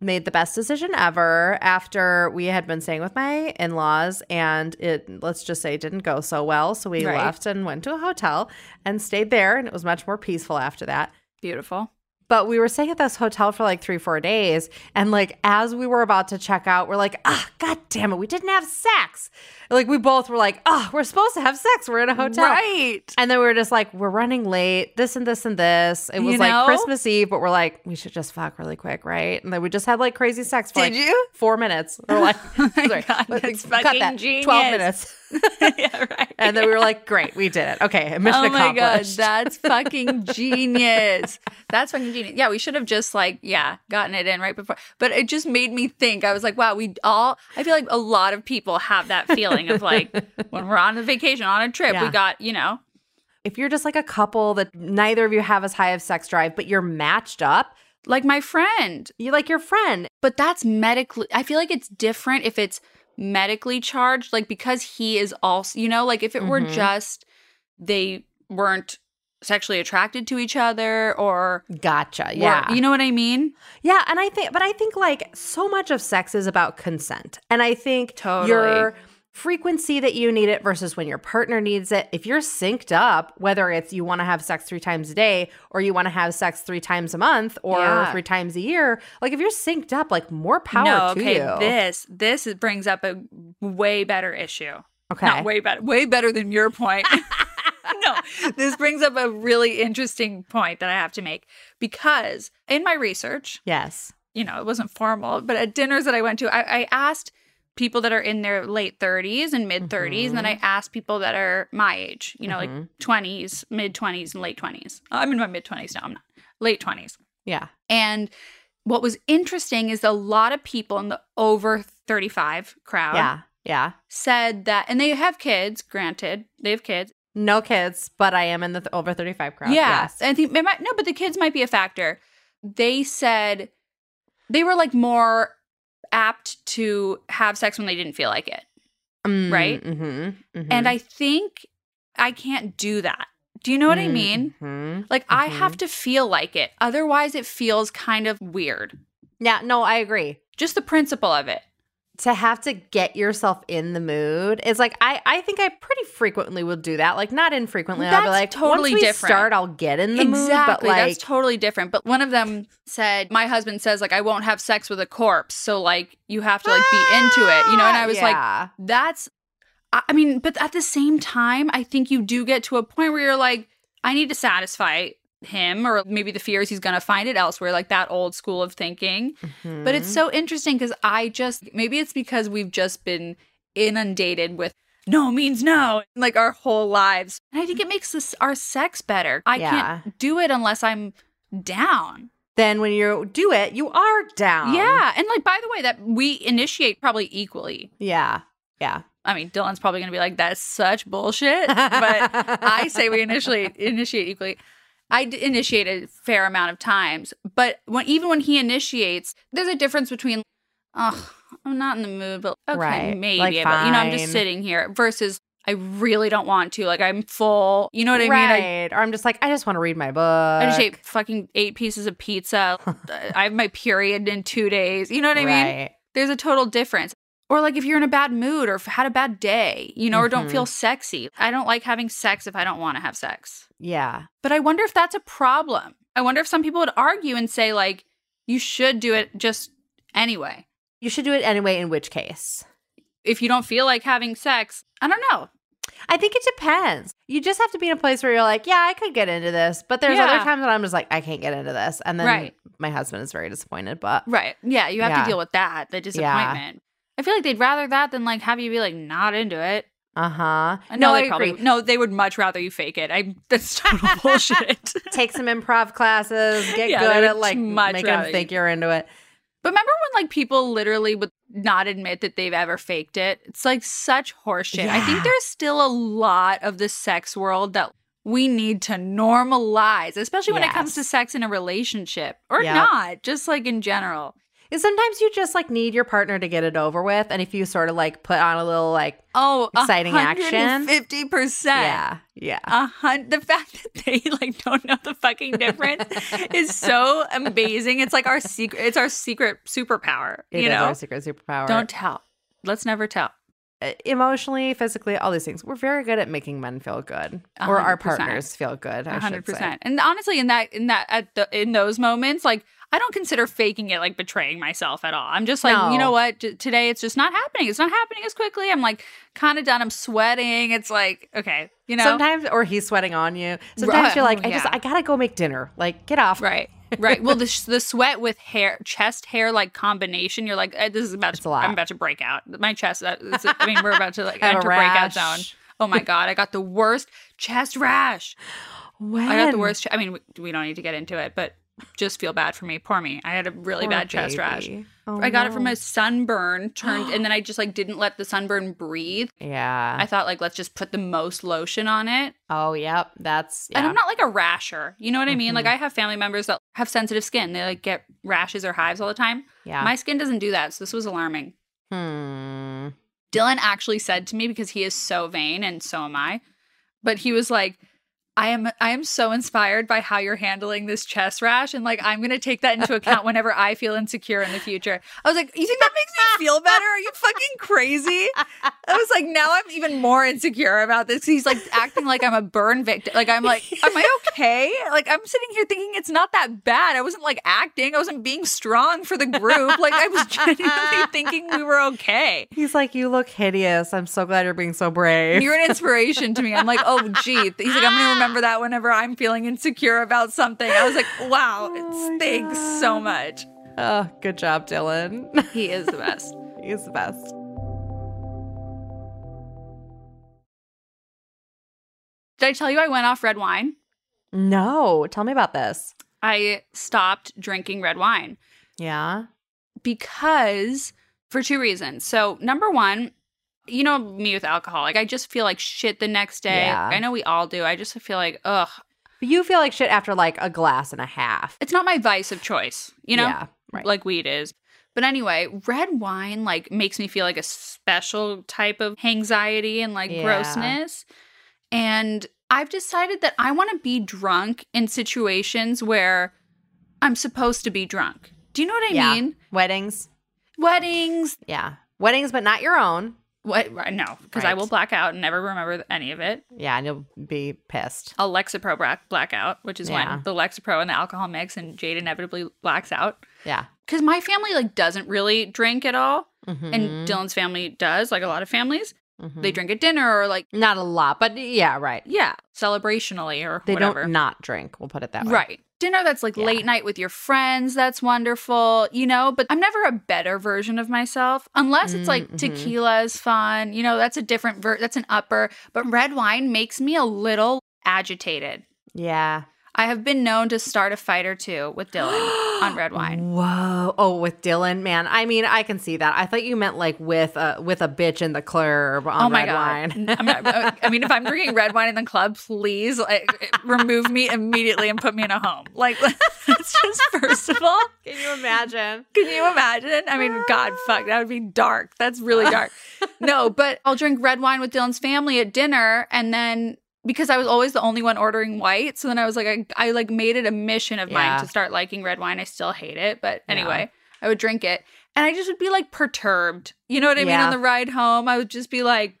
Speaker 1: made the best decision ever after we had been staying with my in-laws and it let's just say didn't go so well so we
Speaker 2: Right.
Speaker 1: left and went to a hotel and stayed there and it was much more peaceful after that
Speaker 2: Beautiful.
Speaker 1: but we were staying at this hotel for like three four days and like as we were about to check out we're like ah god damn it we didn't have sex like we both were like ah we're supposed to have sex we're in a hotel
Speaker 2: Right.
Speaker 1: and then we were just like, we're running late, this and this and this. It
Speaker 2: You
Speaker 1: was like
Speaker 2: know?
Speaker 1: Christmas Eve, but we're like, we should just fuck really quick, right? And then we just had like crazy sex for
Speaker 2: Did
Speaker 1: like
Speaker 2: you? Oh
Speaker 1: four minutes. We're like, sorry,
Speaker 2: God,
Speaker 1: but-
Speaker 2: that's
Speaker 1: cut
Speaker 2: fucking
Speaker 1: that.
Speaker 2: genius.
Speaker 1: Twelve minutes.
Speaker 2: yeah, right.
Speaker 1: And then we were like, great, we did it. Okay, mission
Speaker 2: oh my god,
Speaker 1: accomplished.
Speaker 2: that's fucking genius. That's fucking genius. Yeah, we should have just like, yeah, gotten it in right before. But it just made me think. I was like, wow, we all I feel like a lot of people have that feeling of like when we're on a vacation, on a trip,
Speaker 1: Yeah.
Speaker 2: we got, you know,
Speaker 1: if you're just like a couple that neither of you have as high of sex drive, but you're matched up,
Speaker 2: like my friend.
Speaker 1: you like your friend.
Speaker 2: But that's medically I feel like it's different if it's medically charged, like because he is also you know, like if it were
Speaker 1: Mhm.
Speaker 2: just they weren't sexually attracted to each other or
Speaker 1: Gotcha.
Speaker 2: were-
Speaker 1: Yeah.
Speaker 2: you know what I mean?
Speaker 1: Yeah, and I think, but I think like so much of sex is about consent, and I think
Speaker 2: Totally.
Speaker 1: your frequency that you need it versus when your partner needs it. If you're synced up, whether it's you want to have sex three times a day or you want to have sex three times a month or
Speaker 2: Yeah.
Speaker 1: three times a year, like if you're synced up, like more power
Speaker 2: no,
Speaker 1: to
Speaker 2: okay,
Speaker 1: you.
Speaker 2: This this is, brings up a way better issue.
Speaker 1: okay,
Speaker 2: Not way better, way better than your point. no, this brings up a really interesting point that I have to make because in my research,
Speaker 1: yes,
Speaker 2: you know, it wasn't formal, but at dinners that I went to, I, I asked people that are in their late 30s and mid 30s, and then
Speaker 1: Mm-hmm.
Speaker 2: I asked people that are my age, you know,
Speaker 1: Mhm.
Speaker 2: like 20s, mid 20s, and late 20s. I'm in my mid 20s now. I'm not late 20s.
Speaker 1: yeah,
Speaker 2: And what was interesting is a lot of people in the over 35 crowd
Speaker 1: yeah, yeah.
Speaker 2: said that, and they have kids, granted, they have kids.
Speaker 1: No kids, but I am in the th- over thirty-five crowd. Yes.
Speaker 2: I think, it might, no, but the kids might be a factor. They said they were like more apt to have sex when they didn't feel like it.
Speaker 1: Mm,
Speaker 2: right?
Speaker 1: mhm, mhm.
Speaker 2: And I think I can't do that. Do you know what I
Speaker 1: Mm,
Speaker 2: mean?
Speaker 1: mhm.
Speaker 2: Like, I
Speaker 1: mhm.
Speaker 2: have to feel like it. Otherwise, it feels kind of weird.
Speaker 1: Yeah, no, I agree.
Speaker 2: Just the principle of it.
Speaker 1: to have to get yourself in the mood is like I I think I pretty frequently will do that. Like not infrequently. I'll be
Speaker 2: That's
Speaker 1: like
Speaker 2: totally
Speaker 1: once we
Speaker 2: different.
Speaker 1: start, I'll get in the mood. But
Speaker 2: exactly.
Speaker 1: like
Speaker 2: That's totally different. But one of them said, My husband says, like, I won't have sex with a corpse. So, like, you have to, like, be into it. You know? And
Speaker 1: Ah,
Speaker 2: I was like,
Speaker 1: yeah.
Speaker 2: That's, I I mean, but at the same time, I think you do get to a point where you're like, I need to satisfy him, or maybe the fears he's going to find it elsewhere, like that old school of thinking. But
Speaker 1: Mm-hmm. Hmm.
Speaker 2: it's so interesting because I just, maybe it's because we've just been inundated with no means no, like our whole lives. And I think it makes us, our sex better. I
Speaker 1: Yeah.
Speaker 2: can't do it unless I'm down.
Speaker 1: then when you do it, you are down.
Speaker 2: yeah. And like, by the way, that we initiate probably equally.
Speaker 1: Yeah. Yeah.
Speaker 2: I mean, Dylan's probably going to be like, that's such bullshit. But I say we initially initiate equally. I d- initiate a fair amount of times, but when even when he initiates, there's a difference between, oh, I'm not in the mood, but okay,
Speaker 1: Right.
Speaker 2: maybe,
Speaker 1: Like,
Speaker 2: but you know, I'm
Speaker 1: fine.
Speaker 2: just sitting here versus I really don't want to. Like I'm full. You know what I
Speaker 1: right.
Speaker 2: mean?
Speaker 1: or I'm just like, I just want to read my book.
Speaker 2: I, I just ate fucking eight pieces of pizza. I have my period in two days. You know what I mean?
Speaker 1: right.
Speaker 2: There's a total difference. Or like if you're in a bad mood or if had a bad day, you know, or don't
Speaker 1: Mhm.
Speaker 2: feel sexy. I don't like having sex if I don't want to have sex.
Speaker 1: Yeah.
Speaker 2: But I wonder if that's a problem. I wonder if some people would argue and say, like, you should do it just anyway.
Speaker 1: You should do it anyway, in which case.
Speaker 2: If you don't feel like having sex, I don't know.
Speaker 1: I think it depends. You just have to be in a place where you're like, yeah, I could get into this, but there's other
Speaker 2: Yeah.
Speaker 1: times when I'm just like, I can't get into this, and then
Speaker 2: Right.
Speaker 1: my husband is very disappointed. But
Speaker 2: Right. Yeah. You have
Speaker 1: Yeah.
Speaker 2: to deal with that, the disappointment. I feel like they'd rather that than like have you be like not into it.
Speaker 1: uh huh,
Speaker 2: I know
Speaker 1: no,
Speaker 2: they
Speaker 1: I
Speaker 2: probably
Speaker 1: agree.
Speaker 2: no, they would much rather you fake it. I that's total bullshit.
Speaker 1: Take some improv classes, get
Speaker 2: Yeah, they
Speaker 1: good
Speaker 2: would
Speaker 1: at like
Speaker 2: much
Speaker 1: making them
Speaker 2: rather
Speaker 1: think you're into it.
Speaker 2: But remember when like people literally would not admit that they've ever faked it? It's like such horseshit. I
Speaker 1: Yeah.
Speaker 2: think there's still a lot of the sex world that we need to normalize, especially when it comes to
Speaker 1: Yes.
Speaker 2: sex in a relationship or
Speaker 1: Yep.
Speaker 2: not, just like in general.
Speaker 1: is sometimes you just like need your partner to get it over with. And if you sort of like put on a little like,
Speaker 2: Oh,
Speaker 1: Exciting action.
Speaker 2: Fifty percent.
Speaker 1: yeah, yeah.
Speaker 2: A hun- the fact that they like don't know the fucking difference is so amazing. It's like our secret. It's our secret superpower.
Speaker 1: It
Speaker 2: you
Speaker 1: is
Speaker 2: know,
Speaker 1: our secret superpower.
Speaker 2: don't tell. Let's never tell.
Speaker 1: Uh, emotionally, physically, all these things. We're very good at making men feel good or our
Speaker 2: 100%.
Speaker 1: partners feel good. I
Speaker 2: A hundred
Speaker 1: should say.
Speaker 2: percent. And honestly, in that in that at the in those moments, like I don't consider faking it like betraying myself at all. I'm just like,
Speaker 1: No.
Speaker 2: you know what? J- today it's just not happening. It's not happening as quickly. I'm like kind of done. I'm sweating. It's like okay, you know,
Speaker 1: Sometimes, or he's sweating on you. Sometimes
Speaker 2: Right.
Speaker 1: you're like,
Speaker 2: Oh,
Speaker 1: I just,
Speaker 2: yeah.
Speaker 1: I gotta go make dinner. Like, get off.
Speaker 2: right. right. Well, the, sh- the sweat with hair, chest hair, like combination. You're like, eh, this is about
Speaker 1: It's
Speaker 2: to.
Speaker 1: a lot.
Speaker 2: I'm about to break out. My chest. uh, it's- I mean, we're about to like
Speaker 1: I have a
Speaker 2: enter
Speaker 1: rash.
Speaker 2: breakout zone. Oh my god, I got the worst chest rash.
Speaker 1: When?
Speaker 2: I got the worst. Ch- I mean, we, we don't need to get into it, but just feel bad for me. Poor me. I had a really
Speaker 1: Poor
Speaker 2: bad chest rash.
Speaker 1: baby. Oh,
Speaker 2: I got it from
Speaker 1: no.
Speaker 2: a sunburn turned, and then I just like didn't let the sunburn breathe. I
Speaker 1: Yeah.
Speaker 2: thought like let's just put the most lotion on it.
Speaker 1: oh, yep. That's. Yeah.
Speaker 2: And I'm not like a rasher. You know what I mean?
Speaker 1: Mhm.
Speaker 2: Like I have family members that have sensitive skin. They like get rashes or hives all the time.
Speaker 1: yeah.
Speaker 2: My skin doesn't do that, so this was alarming.
Speaker 1: hmm.
Speaker 2: Dylan actually said to me because he is so vain and so am I, but he was like, I am I am so inspired by how you're handling this chest rash and like I'm gonna take that into account whenever I feel insecure in the future. I was like, you think that makes me feel better? Are you fucking crazy? I was like, now I'm even more insecure about this. He's like acting like I'm a burn victim. Like I'm like, am I okay? Like I'm sitting here thinking it's not that bad. I wasn't like acting. I wasn't being strong for the group. Like I was genuinely thinking we were okay.
Speaker 1: He's like, you look hideous. I'm so glad you're being so brave.
Speaker 2: You're an inspiration to me. I'm like, oh, gee. He's like, I'm going to remember that whenever I'm feeling insecure about something. I was like, wow,
Speaker 1: Oh my
Speaker 2: thanks so much.
Speaker 1: oh, good job, Dylan.
Speaker 2: He is the best.
Speaker 1: He's the best.
Speaker 2: Did I tell you I went off red wine?
Speaker 1: No, tell me about this.
Speaker 2: I stopped drinking red wine
Speaker 1: Yeah.
Speaker 2: because for two reasons. So, number one, you know me with alcohol. Like, I just feel like shit the next day.
Speaker 1: Yeah.
Speaker 2: I know we all do. I just feel like, ugh.
Speaker 1: But you feel like shit after like a glass and a half.
Speaker 2: It's not my vice of choice, you know?
Speaker 1: Yeah. Right.
Speaker 2: like weed is. But anyway, red wine like makes me feel like a special type of anxiety and like
Speaker 1: Yeah.
Speaker 2: grossness. And I've decided that I want to be drunk in situations where I'm supposed to be drunk. Do you know what I
Speaker 1: Yeah.
Speaker 2: mean?
Speaker 1: Weddings.
Speaker 2: Weddings,
Speaker 1: Yeah. Weddings, but not your own.
Speaker 2: what? right, No, because I
Speaker 1: Right.
Speaker 2: will black out and never remember th- any of it.
Speaker 1: Yeah, and you'll be pissed.
Speaker 2: I'll Lexapro black blackout, which is
Speaker 1: Yeah.
Speaker 2: when the Lexapro and the alcohol mix, and Jade inevitably blacks out.
Speaker 1: Yeah.
Speaker 2: Because my family like doesn't really drink at all.
Speaker 1: Mhm.
Speaker 2: and Dylan's family does, like a lot of families, they
Speaker 1: Mhm.
Speaker 2: drink at dinner or like
Speaker 1: not a lot, but yeah, right.
Speaker 2: yeah, celebrationally or
Speaker 1: They
Speaker 2: whatever.
Speaker 1: don't not drink. We'll put it that way.
Speaker 2: right. Dinner that's like
Speaker 1: Yeah.
Speaker 2: late night with your friends, that's wonderful, you know, but I'm never a better version of myself unless it's like
Speaker 1: Mm, mhm.
Speaker 2: tequila is fun, you know, that's a different ver- that's an upper, but red wine makes me a little agitated.
Speaker 1: Yeah.
Speaker 2: I have been known to start a fight or two with Dylan on red wine.
Speaker 1: Whoa! Oh, with Dylan, man. I mean, I can see that. I thought you meant like with a with a bitch in the club on
Speaker 2: oh my
Speaker 1: red
Speaker 2: god!
Speaker 1: wine.
Speaker 2: I'm not, uh, I mean, if I'm drinking red wine in the club, please like, remove me immediately and put me in a home. Like, it's just first of all,
Speaker 1: Can you imagine?
Speaker 2: can you imagine? I mean, God, fuck, that would be dark. That's really dark. No, but I'll drink red wine with Dylan's family at dinner, and then because I was always the only one ordering white, so then I was like, I, I like made it a mission of
Speaker 1: Yeah.
Speaker 2: mine to start liking red wine. I still hate it, but
Speaker 1: Yeah.
Speaker 2: anyway, I would drink it, and I just would be like perturbed. You know what I mean?
Speaker 1: Yeah.
Speaker 2: On the ride home, I would just be like.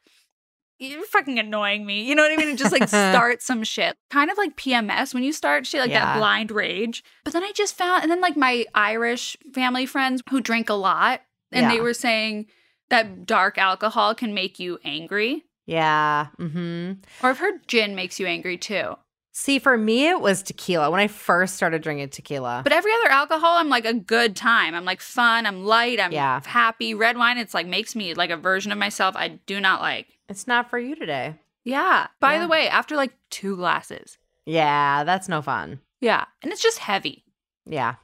Speaker 2: You're fucking annoying me. You know what I mean? And just like start some shit. Kind of like PMS when you start shit, like
Speaker 1: Yeah.
Speaker 2: that blind rage. But then I just found, and then like my Irish family friends who drink a lot, and they
Speaker 1: Yeah.
Speaker 2: were saying that dark alcohol can make you angry.
Speaker 1: Yeah. hmm
Speaker 2: Or I've heard gin makes you angry too.
Speaker 1: See, for me, it was tequila when I first started drinking tequila.
Speaker 2: But every other alcohol, I'm like a good time. I'm like fun. I'm light. I'm
Speaker 1: Yeah.
Speaker 2: happy. Red wine, it's like makes me like a version of myself I do not like.
Speaker 1: it's not for you today.
Speaker 2: Yeah. By
Speaker 1: Yeah.
Speaker 2: the way, after like two glasses.
Speaker 1: Yeah, that's no fun.
Speaker 2: Yeah. And it's just heavy,
Speaker 1: Yeah.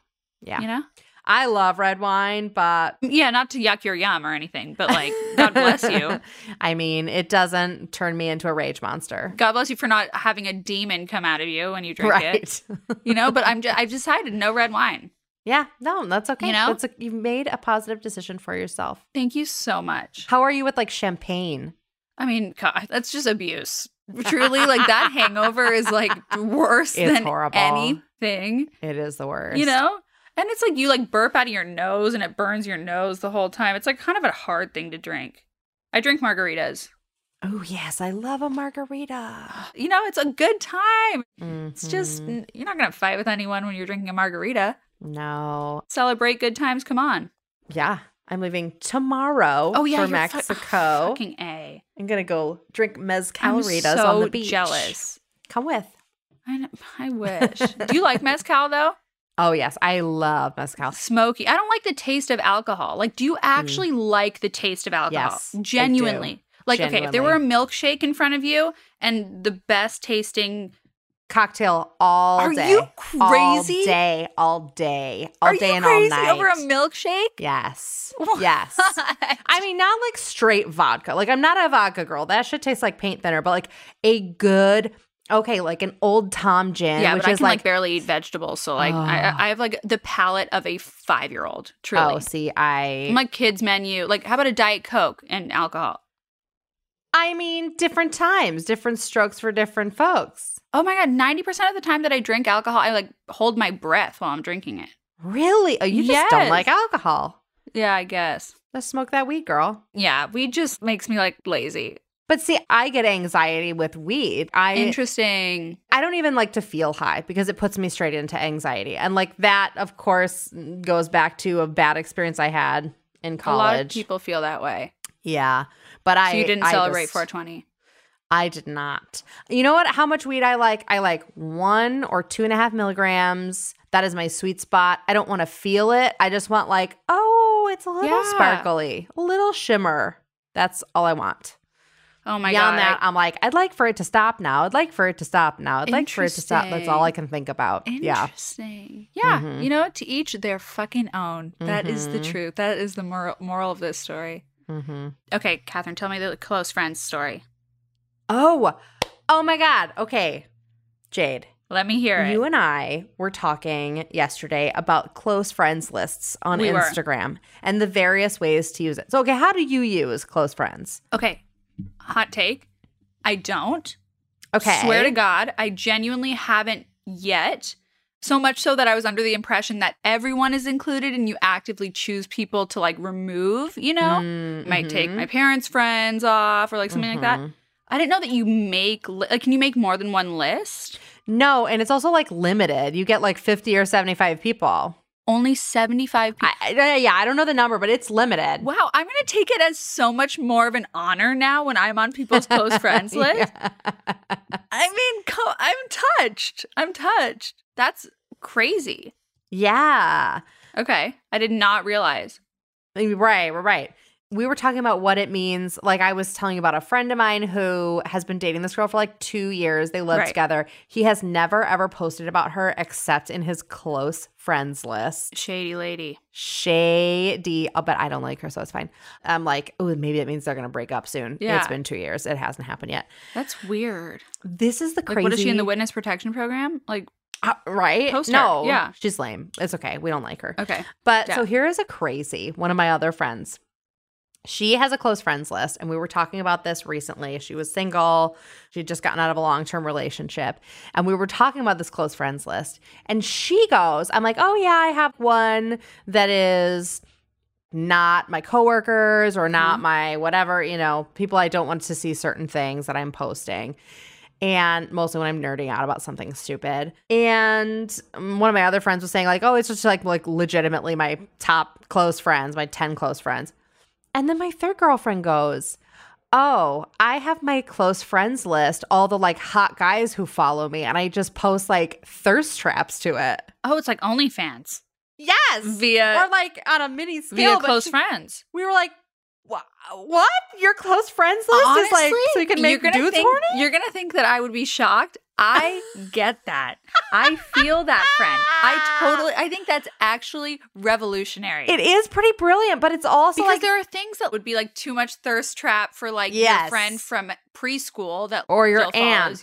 Speaker 1: Yeah.
Speaker 2: you know?
Speaker 1: I love red wine, but
Speaker 2: Yeah. Not to yuck your yum or anything, but like, God bless you.
Speaker 1: I mean, it doesn't turn me into a rage monster.
Speaker 2: God bless you for not having a demon come out of you when you drink it.
Speaker 1: right.
Speaker 2: You know, but I'm just, I've decided no red wine.
Speaker 1: Yeah, no, that's okay.
Speaker 2: You know?
Speaker 1: that's a, you've made a positive decision for yourself.
Speaker 2: Thank you so much.
Speaker 1: How are you with like champagne?
Speaker 2: I mean, God, that's just abuse. Truly, like that hangover is like worse
Speaker 1: It's
Speaker 2: than
Speaker 1: horrible.
Speaker 2: anything,
Speaker 1: It is the worst.
Speaker 2: you know? And it's like you like burp out of your nose and it burns your nose the whole time. It's like kind of a hard thing to drink. I drink margaritas.
Speaker 1: Oh yes, I love a margarita. Mm-hmm.
Speaker 2: You know, it's a good time. It's just, n- you're not going to fight with anyone when you're drinking a margarita.
Speaker 1: no.
Speaker 2: Celebrate good times. Come on.
Speaker 1: Yeah, I'm leaving tomorrow for
Speaker 2: Oh, you're fu-
Speaker 1: Mexico.
Speaker 2: fucking A.
Speaker 1: I'm gonna go drink
Speaker 2: I'm
Speaker 1: mezcalritas
Speaker 2: so
Speaker 1: on the beach.
Speaker 2: jealous.
Speaker 1: Come with.
Speaker 2: I, know, I wish. Do you like mezcal though?
Speaker 1: Oh yes, I love mezcal.
Speaker 2: Smoky. I don't like the taste of alcohol. Like, do you actually like the taste of alcohol?
Speaker 1: Mm. Yes, I do.
Speaker 2: Genuinely. Like, okay, if there were a milkshake in front of you and the best tasting,
Speaker 1: Cocktail all
Speaker 2: are
Speaker 1: day.
Speaker 2: you
Speaker 1: All
Speaker 2: crazy?
Speaker 1: day, all day, all
Speaker 2: are
Speaker 1: day
Speaker 2: you
Speaker 1: and
Speaker 2: crazy
Speaker 1: all night.
Speaker 2: over a milkshake?
Speaker 1: yes,
Speaker 2: What?
Speaker 1: yes. I mean, not like straight vodka. Like I'm not a vodka girl. That should taste like paint thinner. But like a good, okay, like an old Tom gin,
Speaker 2: yeah,
Speaker 1: which
Speaker 2: but I
Speaker 1: is
Speaker 2: can like, barely eat vegetables, so like I, I- I have like the palate of a five year old. Truly,
Speaker 1: oh, see, I
Speaker 2: my kids' menu. Like, how about a diet coke and alcohol?
Speaker 1: I mean, different times, different strokes for different folks.
Speaker 2: Oh my god, ninety percent of the time that I drink alcohol, I like hold my breath while I'm drinking it.
Speaker 1: Really? Oh, you just don't
Speaker 2: Yes.
Speaker 1: like alcohol.
Speaker 2: Yeah, I guess.
Speaker 1: Let's smoke that weed, girl.
Speaker 2: Yeah, weed just makes me like lazy.
Speaker 1: But see, I get anxiety with weed. I
Speaker 2: Interesting.
Speaker 1: I don't even like to feel high because it puts me straight into anxiety. And like that, of course, goes back to a bad experience I had in
Speaker 2: A lot
Speaker 1: college.
Speaker 2: of people feel that way.
Speaker 1: yeah. But
Speaker 2: So
Speaker 1: I
Speaker 2: you didn't
Speaker 1: I
Speaker 2: celebrate
Speaker 1: just-
Speaker 2: 420.
Speaker 1: I did not. You know what? How much weed I like? I like one or two and a half milligrams. That is my sweet spot. I don't want to feel it. I just want like, oh, it's a little
Speaker 2: Yeah.
Speaker 1: sparkly, a little shimmer. That's all I want.
Speaker 2: Oh my
Speaker 1: Beyond
Speaker 2: god.
Speaker 1: that, I'm like, I'd like for it to stop now. I'd like for it to stop now. I'd like for it to stop. That's all I can think
Speaker 2: uh,
Speaker 1: about. Yeah.
Speaker 2: Interesting. Yeah.
Speaker 1: Mhm.
Speaker 2: You know, to each their fucking own. That is the
Speaker 1: Mhm.
Speaker 2: truth. That is the moral moral of this story.
Speaker 1: Mm-hmm.
Speaker 2: Okay, Catherine, tell me the close friends story.
Speaker 1: Oh, oh my God. Okay, Jade.
Speaker 2: Let me hear it.
Speaker 1: You and I were talking yesterday about close friends lists on
Speaker 2: We were.
Speaker 1: Instagram and the various ways to use it. So, okay, how do you use close friends?
Speaker 2: okay. Hot take. I don't.
Speaker 1: Okay.
Speaker 2: Swear to God, I genuinely haven't yet. So much so that I was under the impression that everyone is included and you actively choose people to like remove, you know?
Speaker 1: Mm,
Speaker 2: Might take
Speaker 1: mhm,
Speaker 2: my parents' friends off or like something like that.
Speaker 1: mhm.
Speaker 2: I didn't know that you make, li- like, can you make more than one list?
Speaker 1: No, and it's also like limited. You get like 50 or 75 people.
Speaker 2: Only 75 people.
Speaker 1: I, I- yeah, I don't know the number, but it's limited.
Speaker 2: wow, I'm going to take it as so much more of an honor now when I'm on people's close friends list. I mean, co- I'm touched. I'm touched. That's crazy.
Speaker 1: Yeah.
Speaker 2: Okay. I did not realize.
Speaker 1: Right, right, right. We were talking about what it means. Like I was telling you about a friend of mine who has been dating this girl for like two years. They live
Speaker 2: Right.
Speaker 1: together. He has never ever posted about her except in his close friends list.
Speaker 2: Shady lady.
Speaker 1: Shady. Oh, but I don't like her, so it's fine. I'm like, oh, maybe it means they're gonna break up soon.
Speaker 2: Yeah.
Speaker 1: It's been two years. It hasn't happened yet.
Speaker 2: That's weird.
Speaker 1: This is the
Speaker 2: Like,
Speaker 1: crazy.
Speaker 2: what is she in the witness protection program? Like,
Speaker 1: Uh, right?
Speaker 2: Post her.
Speaker 1: no,
Speaker 2: Yeah.
Speaker 1: she's lame. It's okay. We don't like her.
Speaker 2: okay.
Speaker 1: But
Speaker 2: Yeah.
Speaker 1: so here is a crazy one of my other friends. She has a close friends list, and we were talking about this recently. She was single, she had just gotten out of a long term relationship, and we were talking about this close friends list. And she goes, I'm like, oh, yeah, I have one that is not my coworkers or not my whatever, you know, people I don't want to see certain things that I'm posting. And mostly when I'm nerding out about something stupid. And um, one of my other friends was saying, like, oh, it's just like like legitimately my top close friends, my 10 close friends. And then my third girlfriend goes, Oh, I have my close friends list, all the like hot guys who follow me, and I just post like thirst traps to it.
Speaker 2: Oh, it's like OnlyFans
Speaker 1: Yes.
Speaker 2: via
Speaker 1: or like on a mini
Speaker 2: via
Speaker 1: scale. but
Speaker 2: close
Speaker 1: she-
Speaker 2: friends.
Speaker 1: we were like, "Wha- what? Your close friends list is like so you can make
Speaker 2: you're gonna
Speaker 1: dudes
Speaker 2: think,
Speaker 1: horny?
Speaker 2: You're gonna think that I would be shocked. I get that. I feel that, friend. I totally. I think that's actually revolutionary.
Speaker 1: It is pretty brilliant, but it's also
Speaker 2: because
Speaker 1: like
Speaker 2: there are things that would be like too much thirst trap for like your
Speaker 1: Yes.
Speaker 2: friend from preschool that
Speaker 1: or your
Speaker 2: still follows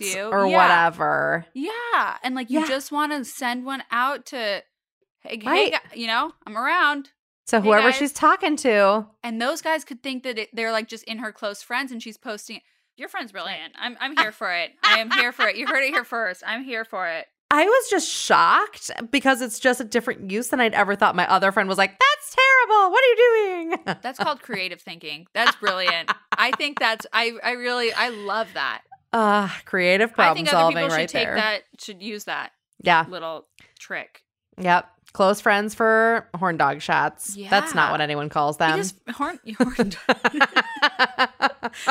Speaker 1: aunt
Speaker 2: you.
Speaker 1: or
Speaker 2: Yeah.
Speaker 1: whatever.
Speaker 2: Yeah. And like you
Speaker 1: Yeah.
Speaker 2: just want to send one out to Hey, hey,
Speaker 1: Right.
Speaker 2: gu- you know, I'm around.
Speaker 1: So
Speaker 2: Hey,
Speaker 1: whoever
Speaker 2: guys.
Speaker 1: she's talking to,
Speaker 2: And those guys could think that it, they're like just in her close friends and she's posting it. Your friend's brilliant. I'm, I'm here for it. I am here for it. You heard it here first. I'm here for it.
Speaker 1: I was just shocked because it's just a different use than I'd ever thought. My other friend was like, "That's terrible. What are you doing?"
Speaker 2: That's called creative thinking. That's brilliant. I think that's, I, I really, I love that.
Speaker 1: Uh, creative
Speaker 2: I
Speaker 1: problem
Speaker 2: think other
Speaker 1: solving
Speaker 2: people should
Speaker 1: right
Speaker 2: take
Speaker 1: there.
Speaker 2: that, should use that
Speaker 1: Yeah.
Speaker 2: little trick.
Speaker 1: Yep. Close friends for horn dog shots. That's not
Speaker 2: Yeah.
Speaker 1: what anyone calls them.
Speaker 2: Because horn, horn,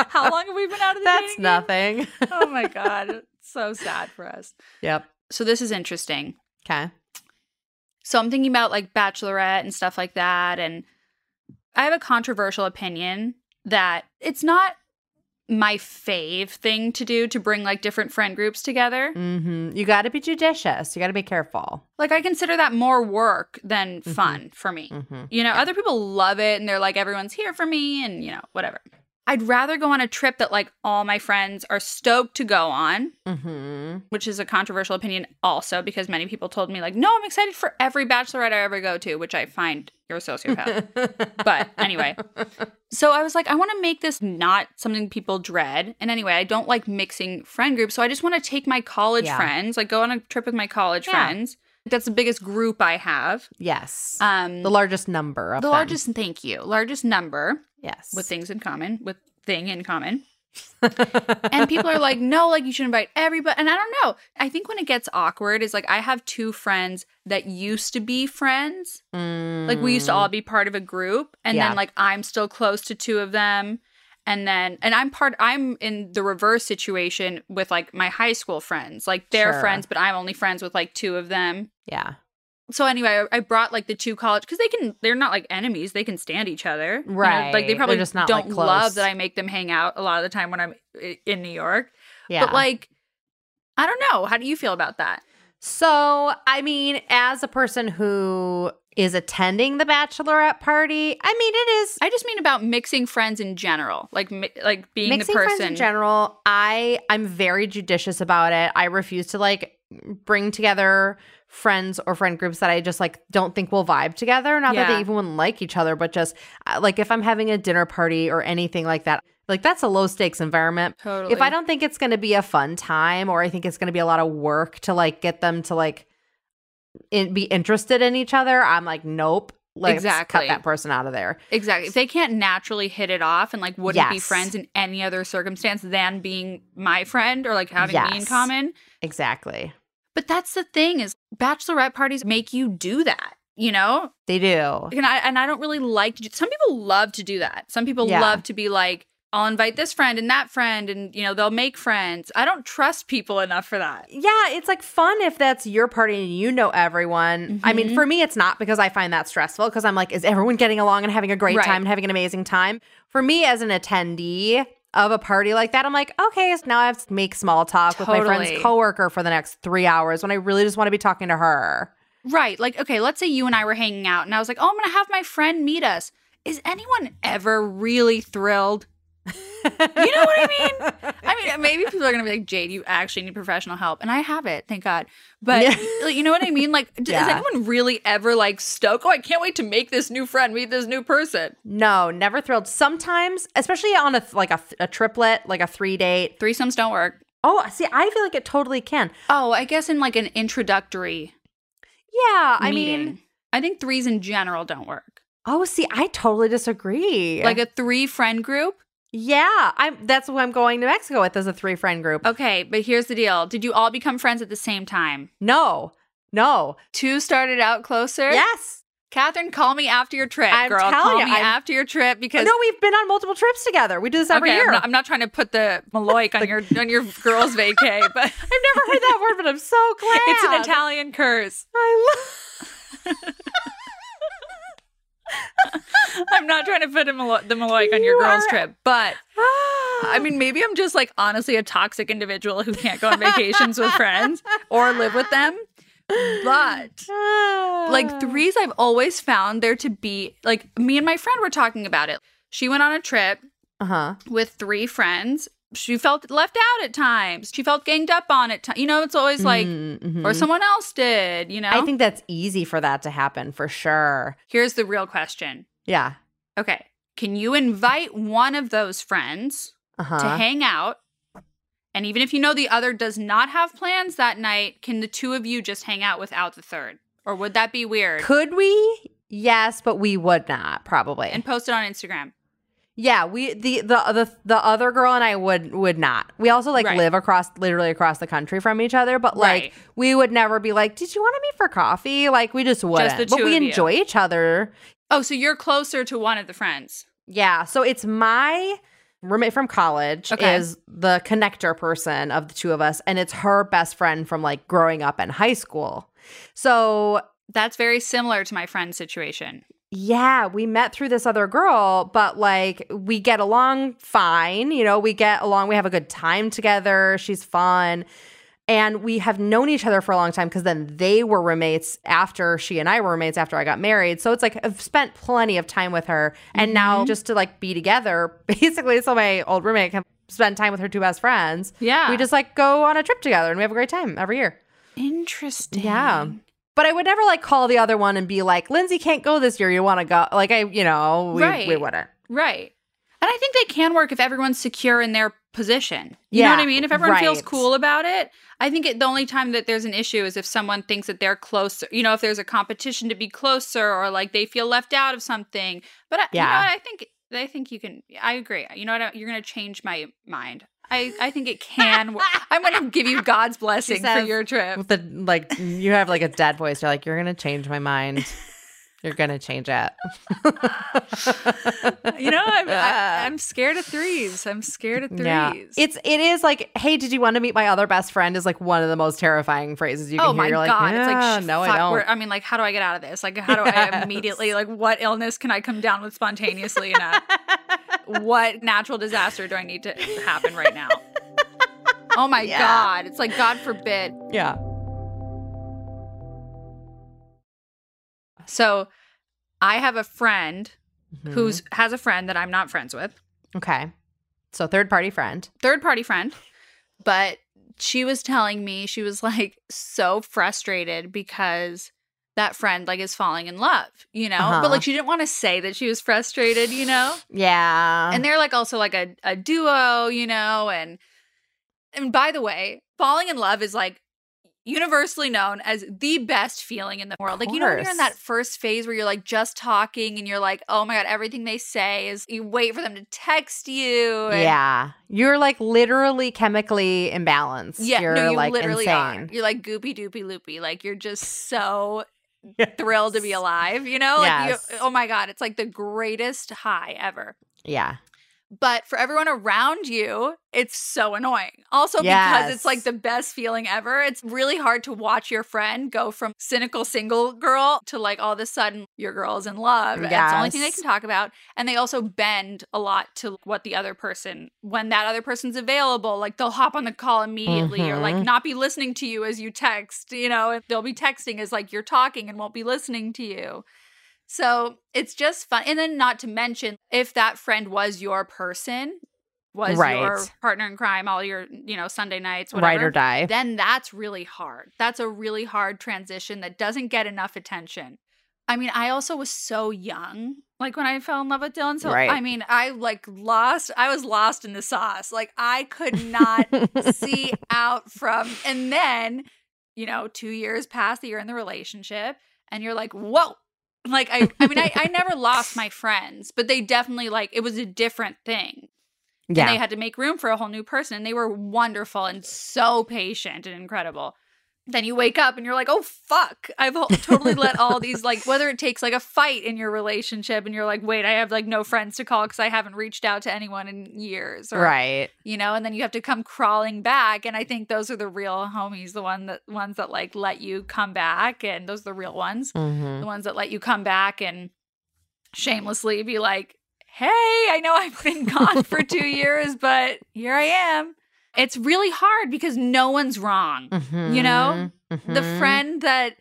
Speaker 2: how long have we been out of the
Speaker 1: That's
Speaker 2: dating game?
Speaker 1: nothing.
Speaker 2: oh my god it's so sad for us
Speaker 1: Yep.
Speaker 2: so this is interesting
Speaker 1: Okay.
Speaker 2: so i'm thinking about like bachelorette and stuff like that and i have a controversial opinion that it's not my fave thing to do to bring like different friend groups together
Speaker 1: hmm You got to be judicious. You got to be careful.
Speaker 2: like i consider that more work than
Speaker 1: Mhm.
Speaker 2: fun for me
Speaker 1: hmm
Speaker 2: You know, other people love it and they're like, everyone's here for me and, you know, whatever. I'd rather go on a trip that like all my friends are stoked to go on,
Speaker 1: hmm
Speaker 2: which is a controversial opinion also because many people told me, like, no, I'm excited for every bachelorette I ever go to, which I find you're a sociopath. But anyway. so I was like, I want to make this not something people dread. And anyway, I don't like mixing friend groups. So I just want to take my college
Speaker 1: Yeah.
Speaker 2: friends, like go on a trip with my college
Speaker 1: Yeah.
Speaker 2: friends. That's the biggest group I have.
Speaker 1: yes,
Speaker 2: Um,
Speaker 1: the largest number of
Speaker 2: the
Speaker 1: them.
Speaker 2: largest thank you largest number
Speaker 1: Yes.
Speaker 2: with things in common with thing in common and people are like no like you should invite everybody and i don't know i think when it gets awkward is like i have two friends that used to be friends
Speaker 1: Mm.
Speaker 2: like we used to all be part of a group and
Speaker 1: Yeah.
Speaker 2: then like i'm still close to two of them and then and i'm part i'm in the reverse situation with like my high school friends like they're
Speaker 1: Sure.
Speaker 2: friends but i'm only friends with like two of them
Speaker 1: Yeah.
Speaker 2: so anyway, I I brought like the two college because they can they're not like enemies; they can stand each other, you know?
Speaker 1: Right.
Speaker 2: Like they
Speaker 1: They're
Speaker 2: probably
Speaker 1: just not, like,
Speaker 2: don't love
Speaker 1: close.
Speaker 2: that I make them hang out a lot of the time when I'm i- in New York.
Speaker 1: Yeah.
Speaker 2: But like, I don't know. How do you feel about that?
Speaker 1: So, I mean, as a person who is attending the bachelorette party, I mean, it is
Speaker 2: I just mean about mixing friends in general, like mi- like being
Speaker 1: mixing
Speaker 2: the person.
Speaker 1: friends in general. I I'm very judicious about it. I refuse to like bring together friends or friend groups that I just like don't think will vibe together. Not that
Speaker 2: Yeah.
Speaker 1: they even wouldn't like each other, but just uh, like if I'm having a dinner party or anything like that, like that's a low stakes environment.
Speaker 2: Totally.
Speaker 1: If I don't think it's going to be a fun time or I think it's going to be a lot of work to like get them to like in, be interested in each other, I'm like, nope. Let's cut
Speaker 2: Exactly.
Speaker 1: that person out of there.
Speaker 2: exactly, if they can't naturally hit it off and like wouldn't be
Speaker 1: Yes.
Speaker 2: friends in any other circumstance than being my friend or like having me in
Speaker 1: Yes.
Speaker 2: common,
Speaker 1: Exactly.
Speaker 2: But that's the thing is bachelorette parties make you do that, you know?
Speaker 1: They do.
Speaker 2: And I and I don't really like to do some people love to do that. Some people
Speaker 1: Yeah.
Speaker 2: love to be like, I'll invite this friend and that friend and you know, they'll make friends. I don't trust people enough for that.
Speaker 1: Yeah, it's like fun if that's your party and you know everyone. I mean,
Speaker 2: Mhm.
Speaker 1: for me, it's not because I find that stressful because I'm like, is everyone getting along and having a great
Speaker 2: Right.
Speaker 1: time and having an amazing time? For me, as an attendee of a party like that, I'm like, okay, so now I have to make small talk with my
Speaker 2: Totally.
Speaker 1: friend's coworker for the next three hours when I really just want to be talking to her.
Speaker 2: Right. Like, okay, let's say you and I were hanging out and I was like, Oh, I'm gonna have my friend meet us. Is anyone ever really thrilled?
Speaker 1: you know
Speaker 2: what I I mean, maybe people are gonna be like, Jade, you actually need professional help. And I have it, thank God. But
Speaker 1: Yeah.
Speaker 2: like, you know what I mean? Like, d- is
Speaker 1: Yeah.
Speaker 2: anyone really ever like stoked? Oh, I can't wait to make this new friend, meet this new person.
Speaker 1: No, never thrilled. Sometimes, especially on a th- like a, th- a triplet, like a three date.
Speaker 2: Threesomes don't work.
Speaker 1: Oh, see, I feel like it totally can.
Speaker 2: Oh, I guess in like an introductory.
Speaker 1: Yeah, I
Speaker 2: I
Speaker 1: mean,
Speaker 2: mean, I think threes in general don't work.
Speaker 1: oh, see, I totally disagree.
Speaker 2: Like a three friend group.
Speaker 1: Yeah, I'm. That's who I'm going to Mexico with as a three friend group.
Speaker 2: Okay, but here's the deal: Did you all become friends at the same time?
Speaker 1: No, no.
Speaker 2: Two started out closer.
Speaker 1: Yes.
Speaker 2: Catherine, call me after your trip,
Speaker 1: I'm
Speaker 2: girl.
Speaker 1: telling
Speaker 2: Call
Speaker 1: you,
Speaker 2: me
Speaker 1: I'm-
Speaker 2: after your trip because
Speaker 1: No, we've been on multiple trips together. We do this every
Speaker 2: okay,
Speaker 1: year.
Speaker 2: I'm not, I'm not trying to put the maloik on your on your girls' vacay, but
Speaker 1: I've never heard that word, but I'm so glad.
Speaker 2: it's an Italian curse.
Speaker 1: I love.
Speaker 2: I'm not trying to put a malo- the maloik on your
Speaker 1: You
Speaker 2: girls'
Speaker 1: are-
Speaker 2: trip, but I mean, maybe I'm just like honestly a toxic individual who can't go on vacations with friends or live with them. But
Speaker 1: Ah. Uh.
Speaker 2: like threes, I've always found there to be like me and my friend were talking about it. She went on a trip
Speaker 1: Uh huh.
Speaker 2: with three friends she felt left out at times. She felt ganged up on at times. You know, it's always like,
Speaker 1: Mhm.
Speaker 2: or someone else did, you know?
Speaker 1: I think that's easy for that to happen for sure.
Speaker 2: Here's the real question.
Speaker 1: Yeah.
Speaker 2: Okay. Can you invite one of those friends
Speaker 1: Uh
Speaker 2: to
Speaker 1: huh.
Speaker 2: hang out? And even if you know the other does not have plans that night, can the two of you just hang out without the third? Or would that be weird?
Speaker 1: Could we? Yes, but we would not probably.
Speaker 2: and post it on Instagram.
Speaker 1: yeah, we the the the, the other girl and I would would not. We also like
Speaker 2: Right.
Speaker 1: live across literally across the country from each other, but like
Speaker 2: Right.
Speaker 1: we would never be like, "Did you want to meet for coffee?" Like we just wouldn't.
Speaker 2: the
Speaker 1: but
Speaker 2: two
Speaker 1: we
Speaker 2: of you.
Speaker 1: enjoy each other.
Speaker 2: Oh, so you're closer to one of the friends.
Speaker 1: Yeah, so it's my roommate from college
Speaker 2: Okay.
Speaker 1: is the connector person of the two of us and it's her best friend from like growing up in high school. So
Speaker 2: That's very similar to my friend's situation.
Speaker 1: yeah, we met through this other girl, but like we get along fine. You know, we get along, we have a good time together. She's fun. And we have known each other for a long time because then they were roommates after she and I were roommates after I got married. So it's like I've spent plenty of time with her. And now just to like be together, basically, so my old roommate can spend time with her two best friends.
Speaker 2: Yeah.
Speaker 1: We just like go on a trip together and we have a great time every year.
Speaker 2: Interesting.
Speaker 1: Yeah. But I would never like call the other one and be like, Lindsay can't go this year. You want to go? Like, I, you know, we, we
Speaker 2: Right.
Speaker 1: wouldn't.
Speaker 2: Right. And I think they can work if everyone's secure in their position. You know what
Speaker 1: Yeah,
Speaker 2: I mean? If everyone feels
Speaker 1: right.
Speaker 2: cool about it, I think it, the only time that there's an issue is if someone thinks that they're closer, you know, if there's a competition to be closer or like they feel left out of something. But I,
Speaker 1: Yeah.
Speaker 2: you know, what? I think I think you can I agree. You know what? I- You're going to change my mind. I, I think it can. work. I'm going to give you God's blessing for
Speaker 1: says-
Speaker 2: your trip.
Speaker 1: With the, like, you have like a dead voice. You're like, you're going to change my mind. You're going to change it.
Speaker 2: You know, I'm, I, I'm scared of threes. I'm scared of threes.
Speaker 1: Yeah. It's, it is like, hey, did you want to meet my other best friend? Is like one of the most terrifying phrases you can
Speaker 2: oh
Speaker 1: hear.
Speaker 2: my
Speaker 1: You're like,
Speaker 2: god! It's
Speaker 1: "Yeah,
Speaker 2: like sh-
Speaker 1: no,
Speaker 2: fuck,
Speaker 1: I don't.
Speaker 2: we're- I mean, like, how do I get out of this? Like, how do I
Speaker 1: Yes.
Speaker 2: immediately like what illness can I come down with spontaneously enough? what natural disaster do I need to happen right now? Oh my
Speaker 1: Yeah.
Speaker 2: god! It's like God forbid.
Speaker 1: yeah.
Speaker 2: So, I have a friend
Speaker 1: Mhm.
Speaker 2: who's has a friend that I'm not friends with,
Speaker 1: Mm-hmm. okay. So, third party friend.
Speaker 2: third party friend, but she was telling me she was like so frustrated because that friend like is falling in love, you know?
Speaker 1: Uh-huh.
Speaker 2: But like she didn't want to say that she was frustrated, you know?
Speaker 1: Yeah.
Speaker 2: and they're like also like a, a duo you know and and by the way falling in love is like universally known as the best feeling in the world like you know when you're in
Speaker 1: course.
Speaker 2: that first phase where you're like just talking and you're like oh my god everything they say is you wait for them to text you and
Speaker 1: yeah. You're like literally chemically imbalanced.
Speaker 2: yeah
Speaker 1: You're
Speaker 2: no you
Speaker 1: like
Speaker 2: literally
Speaker 1: insane.
Speaker 2: are you're like goopy doopy loopy like you're just so
Speaker 1: Yes.
Speaker 2: thrilled to be alive you know like
Speaker 1: Yes.
Speaker 2: you, oh my god it's like the greatest high ever
Speaker 1: Yeah.
Speaker 2: but for everyone around you, it's so annoying. Also, because it's
Speaker 1: Yes.
Speaker 2: like the best feeling ever. It's really hard to watch your friend go from cynical single girl to like all of a sudden your girl's in love. That's the only thing they
Speaker 1: Yes.
Speaker 2: can talk about. And they also bend a lot to what the other person, when that other person's available, like they'll hop on the call immediately or like
Speaker 1: Mhm.
Speaker 2: not be listening to you as you text, you know, and they'll be texting as like you're talking and won't be listening to you. So it's just fun. And then, not to mention, if that friend was your person, was your
Speaker 1: Right.
Speaker 2: partner in crime, all your, you know, Sunday nights, whatever,
Speaker 1: Ride or die.
Speaker 2: then that's really hard. That's a really hard transition that doesn't get enough attention. I mean, I also was so young, like when I fell in love with Dylan. So,
Speaker 1: Right.
Speaker 2: I mean, I like lost, I was lost in the sauce. Like, I could not see out from. And then, you know, two years past the year in the relationship, and you're like, whoa. Like I, I mean, I, I never lost my friends, but they definitely like it was a different thing. And they
Speaker 1: yeah.
Speaker 2: had to make room for a whole new person, and they were wonderful and so patient and incredible. Then you wake up and you're like, oh fuck, I've ho- totally let all these like whether it takes like a fight in your relationship, and you're like, wait, I have like no friends to call because I haven't reached out to anyone in years, or
Speaker 1: right.
Speaker 2: you know and then you have to come crawling back and i think those are the real homies the one that ones that like let you come back and those are the real ones
Speaker 1: Mhm.
Speaker 2: the ones that let you come back and shamelessly be like hey i know i've been gone for two years but here i am it's really hard because no one's wrong
Speaker 1: Mhm.
Speaker 2: know, the
Speaker 1: Mhm.
Speaker 2: friend that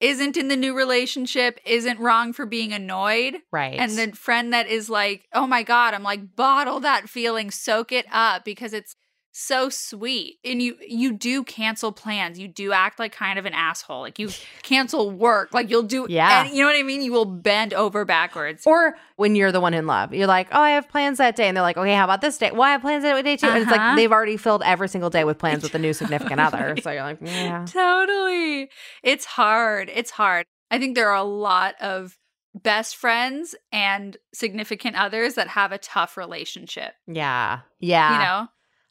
Speaker 2: isn't in the new relationship isn't wrong for being annoyed.
Speaker 1: Right.
Speaker 2: And the friend that is like, oh my God, I'm like, bottle that feeling, soak it up because it's so sweet. And you you do cancel plans. You do act like kind of an asshole. Like you cancel work. Like you'll do
Speaker 1: Yeah.
Speaker 2: and you know what I mean? You will bend over backwards.
Speaker 1: Or when you're the one in love, you're like, oh, I have plans that day. And they're like, okay, how about this day? Well, I have plans that day too. And it's
Speaker 2: Uh-huh.
Speaker 1: like they've already filled every single day with plans with a new significant other. So you're like, yeah.
Speaker 2: Totally. It's hard. It's hard. I think there are a lot of best friends and significant others that have a tough relationship,
Speaker 1: Yeah. Yeah.
Speaker 2: you know?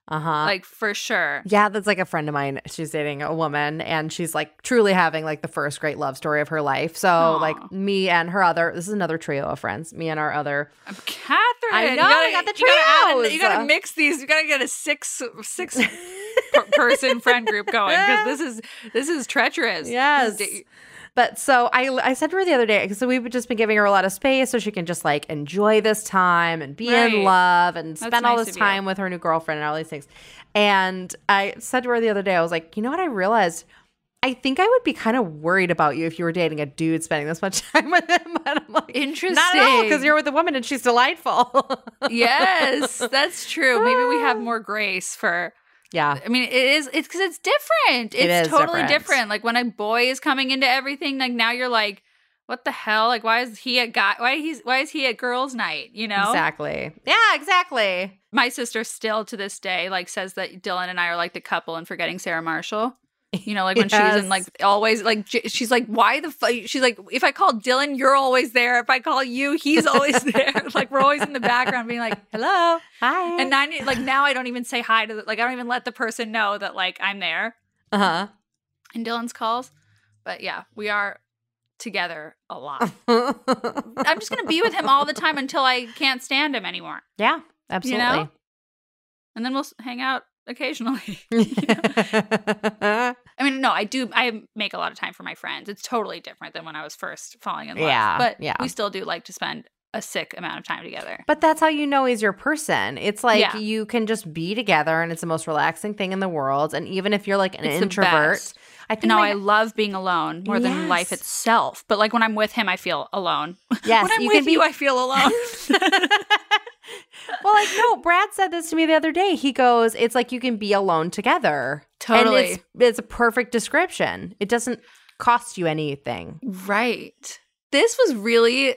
Speaker 1: uh huh.
Speaker 2: like for sure.
Speaker 1: Yeah, that's like a friend of mine. She's dating a woman and she's like truly having like the first great love story of her life. So,
Speaker 2: Aw.
Speaker 1: like, me and her other, this is another trio of friends, me and our other.
Speaker 2: Um, Catherine,
Speaker 1: I
Speaker 2: you
Speaker 1: know,
Speaker 2: gotta-
Speaker 1: I got the
Speaker 2: you gotta, add in-
Speaker 1: trios.
Speaker 2: you gotta mix these. You gotta get a six six per- person friend group going because this is this is treacherous. This is
Speaker 1: Yes.
Speaker 2: da-
Speaker 1: But so I, I said to her the other day, so we've just been giving her a lot of space so she can just like enjoy this time and be
Speaker 2: Right.
Speaker 1: in love and
Speaker 2: That's
Speaker 1: spend all
Speaker 2: nice
Speaker 1: this
Speaker 2: of you.
Speaker 1: time with her new girlfriend and all these things. And I said to her the other day, I was like, you know what? I realized I think I would be kind of worried about you if you were dating a dude spending this much time with him. But I'm like, Not at all, because
Speaker 2: Interesting.
Speaker 1: you're with a woman and she's delightful.
Speaker 2: yes, that's true. Maybe we have more grace for
Speaker 1: yeah.
Speaker 2: I mean, it is. It's because it's different.
Speaker 1: is
Speaker 2: It's totally
Speaker 1: different.
Speaker 2: different. Like when a boy is coming into everything, like now you're like, what the hell? Like why is he a guy? Why he's why is he at girls' night? You know.
Speaker 1: Exactly. Yeah, exactly.
Speaker 2: My sister still to this day like says that Dylan and I are like the couple in forgetting Sarah Marshall. You know, like when she's
Speaker 1: Yes.
Speaker 2: in like always like j- she's like, why the fuck? She's like, if I call Dylan, you're always there. If I call you, he's always there. like we're always in the background being like, hello.
Speaker 1: Hi.
Speaker 2: And I like now I don't even say hi to the, like I don't even let the person know that like I'm there.
Speaker 1: uh
Speaker 2: in Dylan's calls. But yeah, we are together a lot.
Speaker 1: huh.
Speaker 2: I'm just going to be with him all the time until I can't stand him anymore.
Speaker 1: yeah, absolutely.
Speaker 2: And then we'll s- hang out occasionally. I mean, no, I do I make a lot of time for my friends. It's totally different than when I was first falling in love.
Speaker 1: Yeah,
Speaker 2: but
Speaker 1: yeah.
Speaker 2: we still do like to spend a sick amount of time together.
Speaker 1: but that's how you know he's your person. It's like
Speaker 2: Yeah.
Speaker 1: you can just be together and it's the most relaxing thing in the world. And even if you're like an
Speaker 2: It's the
Speaker 1: introvert,
Speaker 2: best.
Speaker 1: I think
Speaker 2: No,
Speaker 1: my-
Speaker 2: I love being alone more than life
Speaker 1: Yes.
Speaker 2: itself. But like when I'm with him, I feel alone.
Speaker 1: Yes,
Speaker 2: when I'm
Speaker 1: you
Speaker 2: with
Speaker 1: can be-
Speaker 2: you, I feel alone.
Speaker 1: well, like no, Brad said this to me the other day. He goes, "It's like you can be alone together."
Speaker 2: Totally.
Speaker 1: and it's, it's a perfect description. It doesn't cost you anything.
Speaker 2: Right. This was really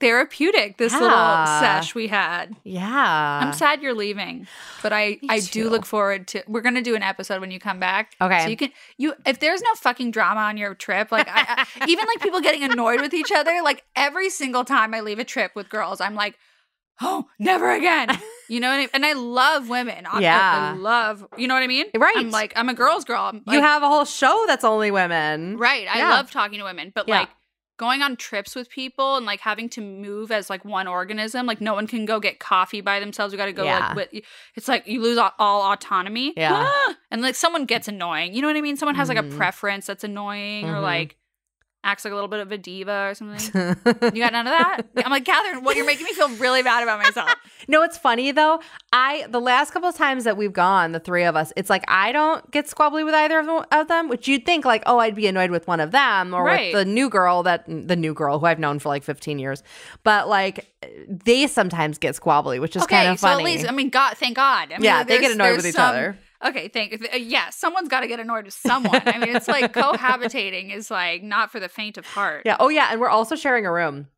Speaker 2: therapeutic, this little
Speaker 1: Yeah.
Speaker 2: sesh we had.
Speaker 1: Yeah,
Speaker 2: I'm sad you're leaving, but I
Speaker 1: me
Speaker 2: I
Speaker 1: too.
Speaker 2: do look forward to we're going to do an episode when you come back.
Speaker 1: Okay.
Speaker 2: So you can you if there's no fucking drama on your trip, like I, I even like people getting annoyed with each other, like every single time I leave a trip with girls, I'm like Oh, never again. You know what I mean? And I love women. I- I- I,
Speaker 1: Yeah.
Speaker 2: love, you know what I mean?
Speaker 1: Right.
Speaker 2: I'm like, I'm a girl's girl. I'm
Speaker 1: you
Speaker 2: like,
Speaker 1: have a whole show that's only women.
Speaker 2: Right. I
Speaker 1: Yeah.
Speaker 2: love talking to women, but
Speaker 1: Yeah.
Speaker 2: like going on trips with people and like having to move as like one organism, like no one can go get coffee by themselves. We got to go
Speaker 1: Yeah.
Speaker 2: like with, it's like you lose all, all autonomy. Ah!
Speaker 1: Yeah.
Speaker 2: and like someone gets annoying. You know what I mean? Someone has like a
Speaker 1: Mhm.
Speaker 2: preference that's annoying or
Speaker 1: Mhm.
Speaker 2: like acts like a little bit of a diva or something. You got none of that? I'm like, Catherine, what you're making me feel really bad about myself.
Speaker 1: No, it's funny though. I the last couple of times that we've gone, the three of us, it's like I don't get squabbly with either of them, of them, which you'd think like, oh, I'd be annoyed with one of them or
Speaker 2: Right.
Speaker 1: with the new girl that the new girl who I've known for like 15 years. But like they sometimes get squabbly, which is kind of
Speaker 2: so
Speaker 1: funny.
Speaker 2: at least I mean, God, thank God. I mean,
Speaker 1: Yeah, they
Speaker 2: there's-
Speaker 1: get annoyed
Speaker 2: there's
Speaker 1: with each
Speaker 2: some-
Speaker 1: other.
Speaker 2: Okay, thank. if- uh, Yeah, someone's got to get annoyed with someone. I mean, it's like cohabitating is like not for the faint of heart.
Speaker 1: yeah. Oh yeah, and we're also sharing a room.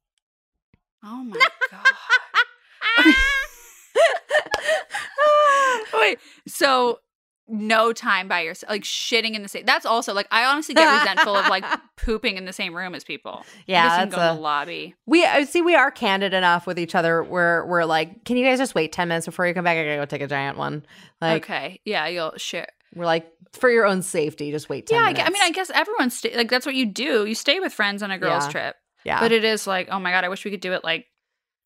Speaker 2: Oh my god. Ah! Wait. So no time by yourself, like shitting in the same. That's also like I honestly get resentful of like pooping in the same room as people. I
Speaker 1: Yeah,
Speaker 2: just
Speaker 1: that's
Speaker 2: can go in
Speaker 1: a-
Speaker 2: the lobby.
Speaker 1: We I see we are candid enough with each other. We're we're like, can you guys just wait ten minutes before you come back? I gotta go take a giant one. Like
Speaker 2: okay. Yeah, you'll share.
Speaker 1: we're like for your own safety, just wait ten
Speaker 2: Yeah, I,
Speaker 1: minutes.
Speaker 2: gue- I mean, I guess everyone's sta- like that's what you do. You stay with friends on a girls'
Speaker 1: Yeah.
Speaker 2: trip.
Speaker 1: yeah.
Speaker 2: But it is like, oh my god, I wish we could do it like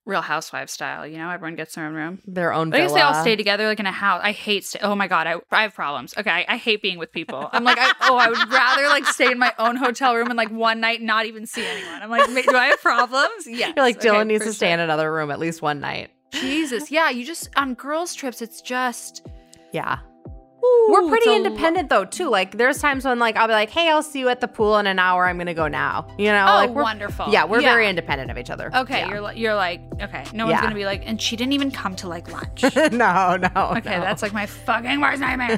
Speaker 2: Real Housewives style. You know, everyone gets their own room.
Speaker 1: their own
Speaker 2: I guess they all
Speaker 1: villa.
Speaker 2: stay together like in a house. I hate. Stay- oh my god, I, I have problems. Okay, I, I hate being with people. I'm like, I, oh, I would rather like stay in my own hotel room and like one night not even see anyone. I'm like, ma- do I have problems? Yes.
Speaker 1: You're like
Speaker 2: Okay,
Speaker 1: Dylan needs
Speaker 2: for
Speaker 1: to stay
Speaker 2: sure.
Speaker 1: in another room at least one night.
Speaker 2: Jesus, yeah. You just on girls trips, it's just
Speaker 1: Yeah. We're
Speaker 2: Ooh,
Speaker 1: pretty
Speaker 2: it's a
Speaker 1: independent though too. Like there's times when like I'll be like, "Hey, I'll see you at the pool in an hour. I'm gonna go now." You know,
Speaker 2: Oh,
Speaker 1: like we're
Speaker 2: wonderful.
Speaker 1: yeah, we're
Speaker 2: Yeah.
Speaker 1: very independent of each other.
Speaker 2: Okay,
Speaker 1: Yeah.
Speaker 2: you're li- you're like okay. No one's
Speaker 1: Yeah.
Speaker 2: gonna be like, and she didn't even come to like lunch.
Speaker 1: no, no.
Speaker 2: Okay, that's like my fucking worst nightmare.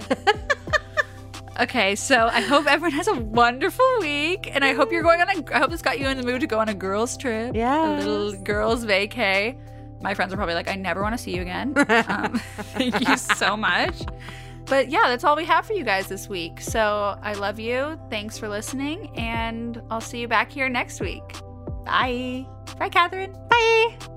Speaker 2: okay, so I hope everyone has a wonderful week, and I hope you're going on a. I hope this got you in the mood to go on a girls' trip. a little girls' vacay. My friends are probably like, I never want to see you again. Um, thank you so much. But yeah, that's all we have for you guys this week. So I love you. Thanks for listening, and I'll see you back here next week. Bye. Bye, Catherine. Bye.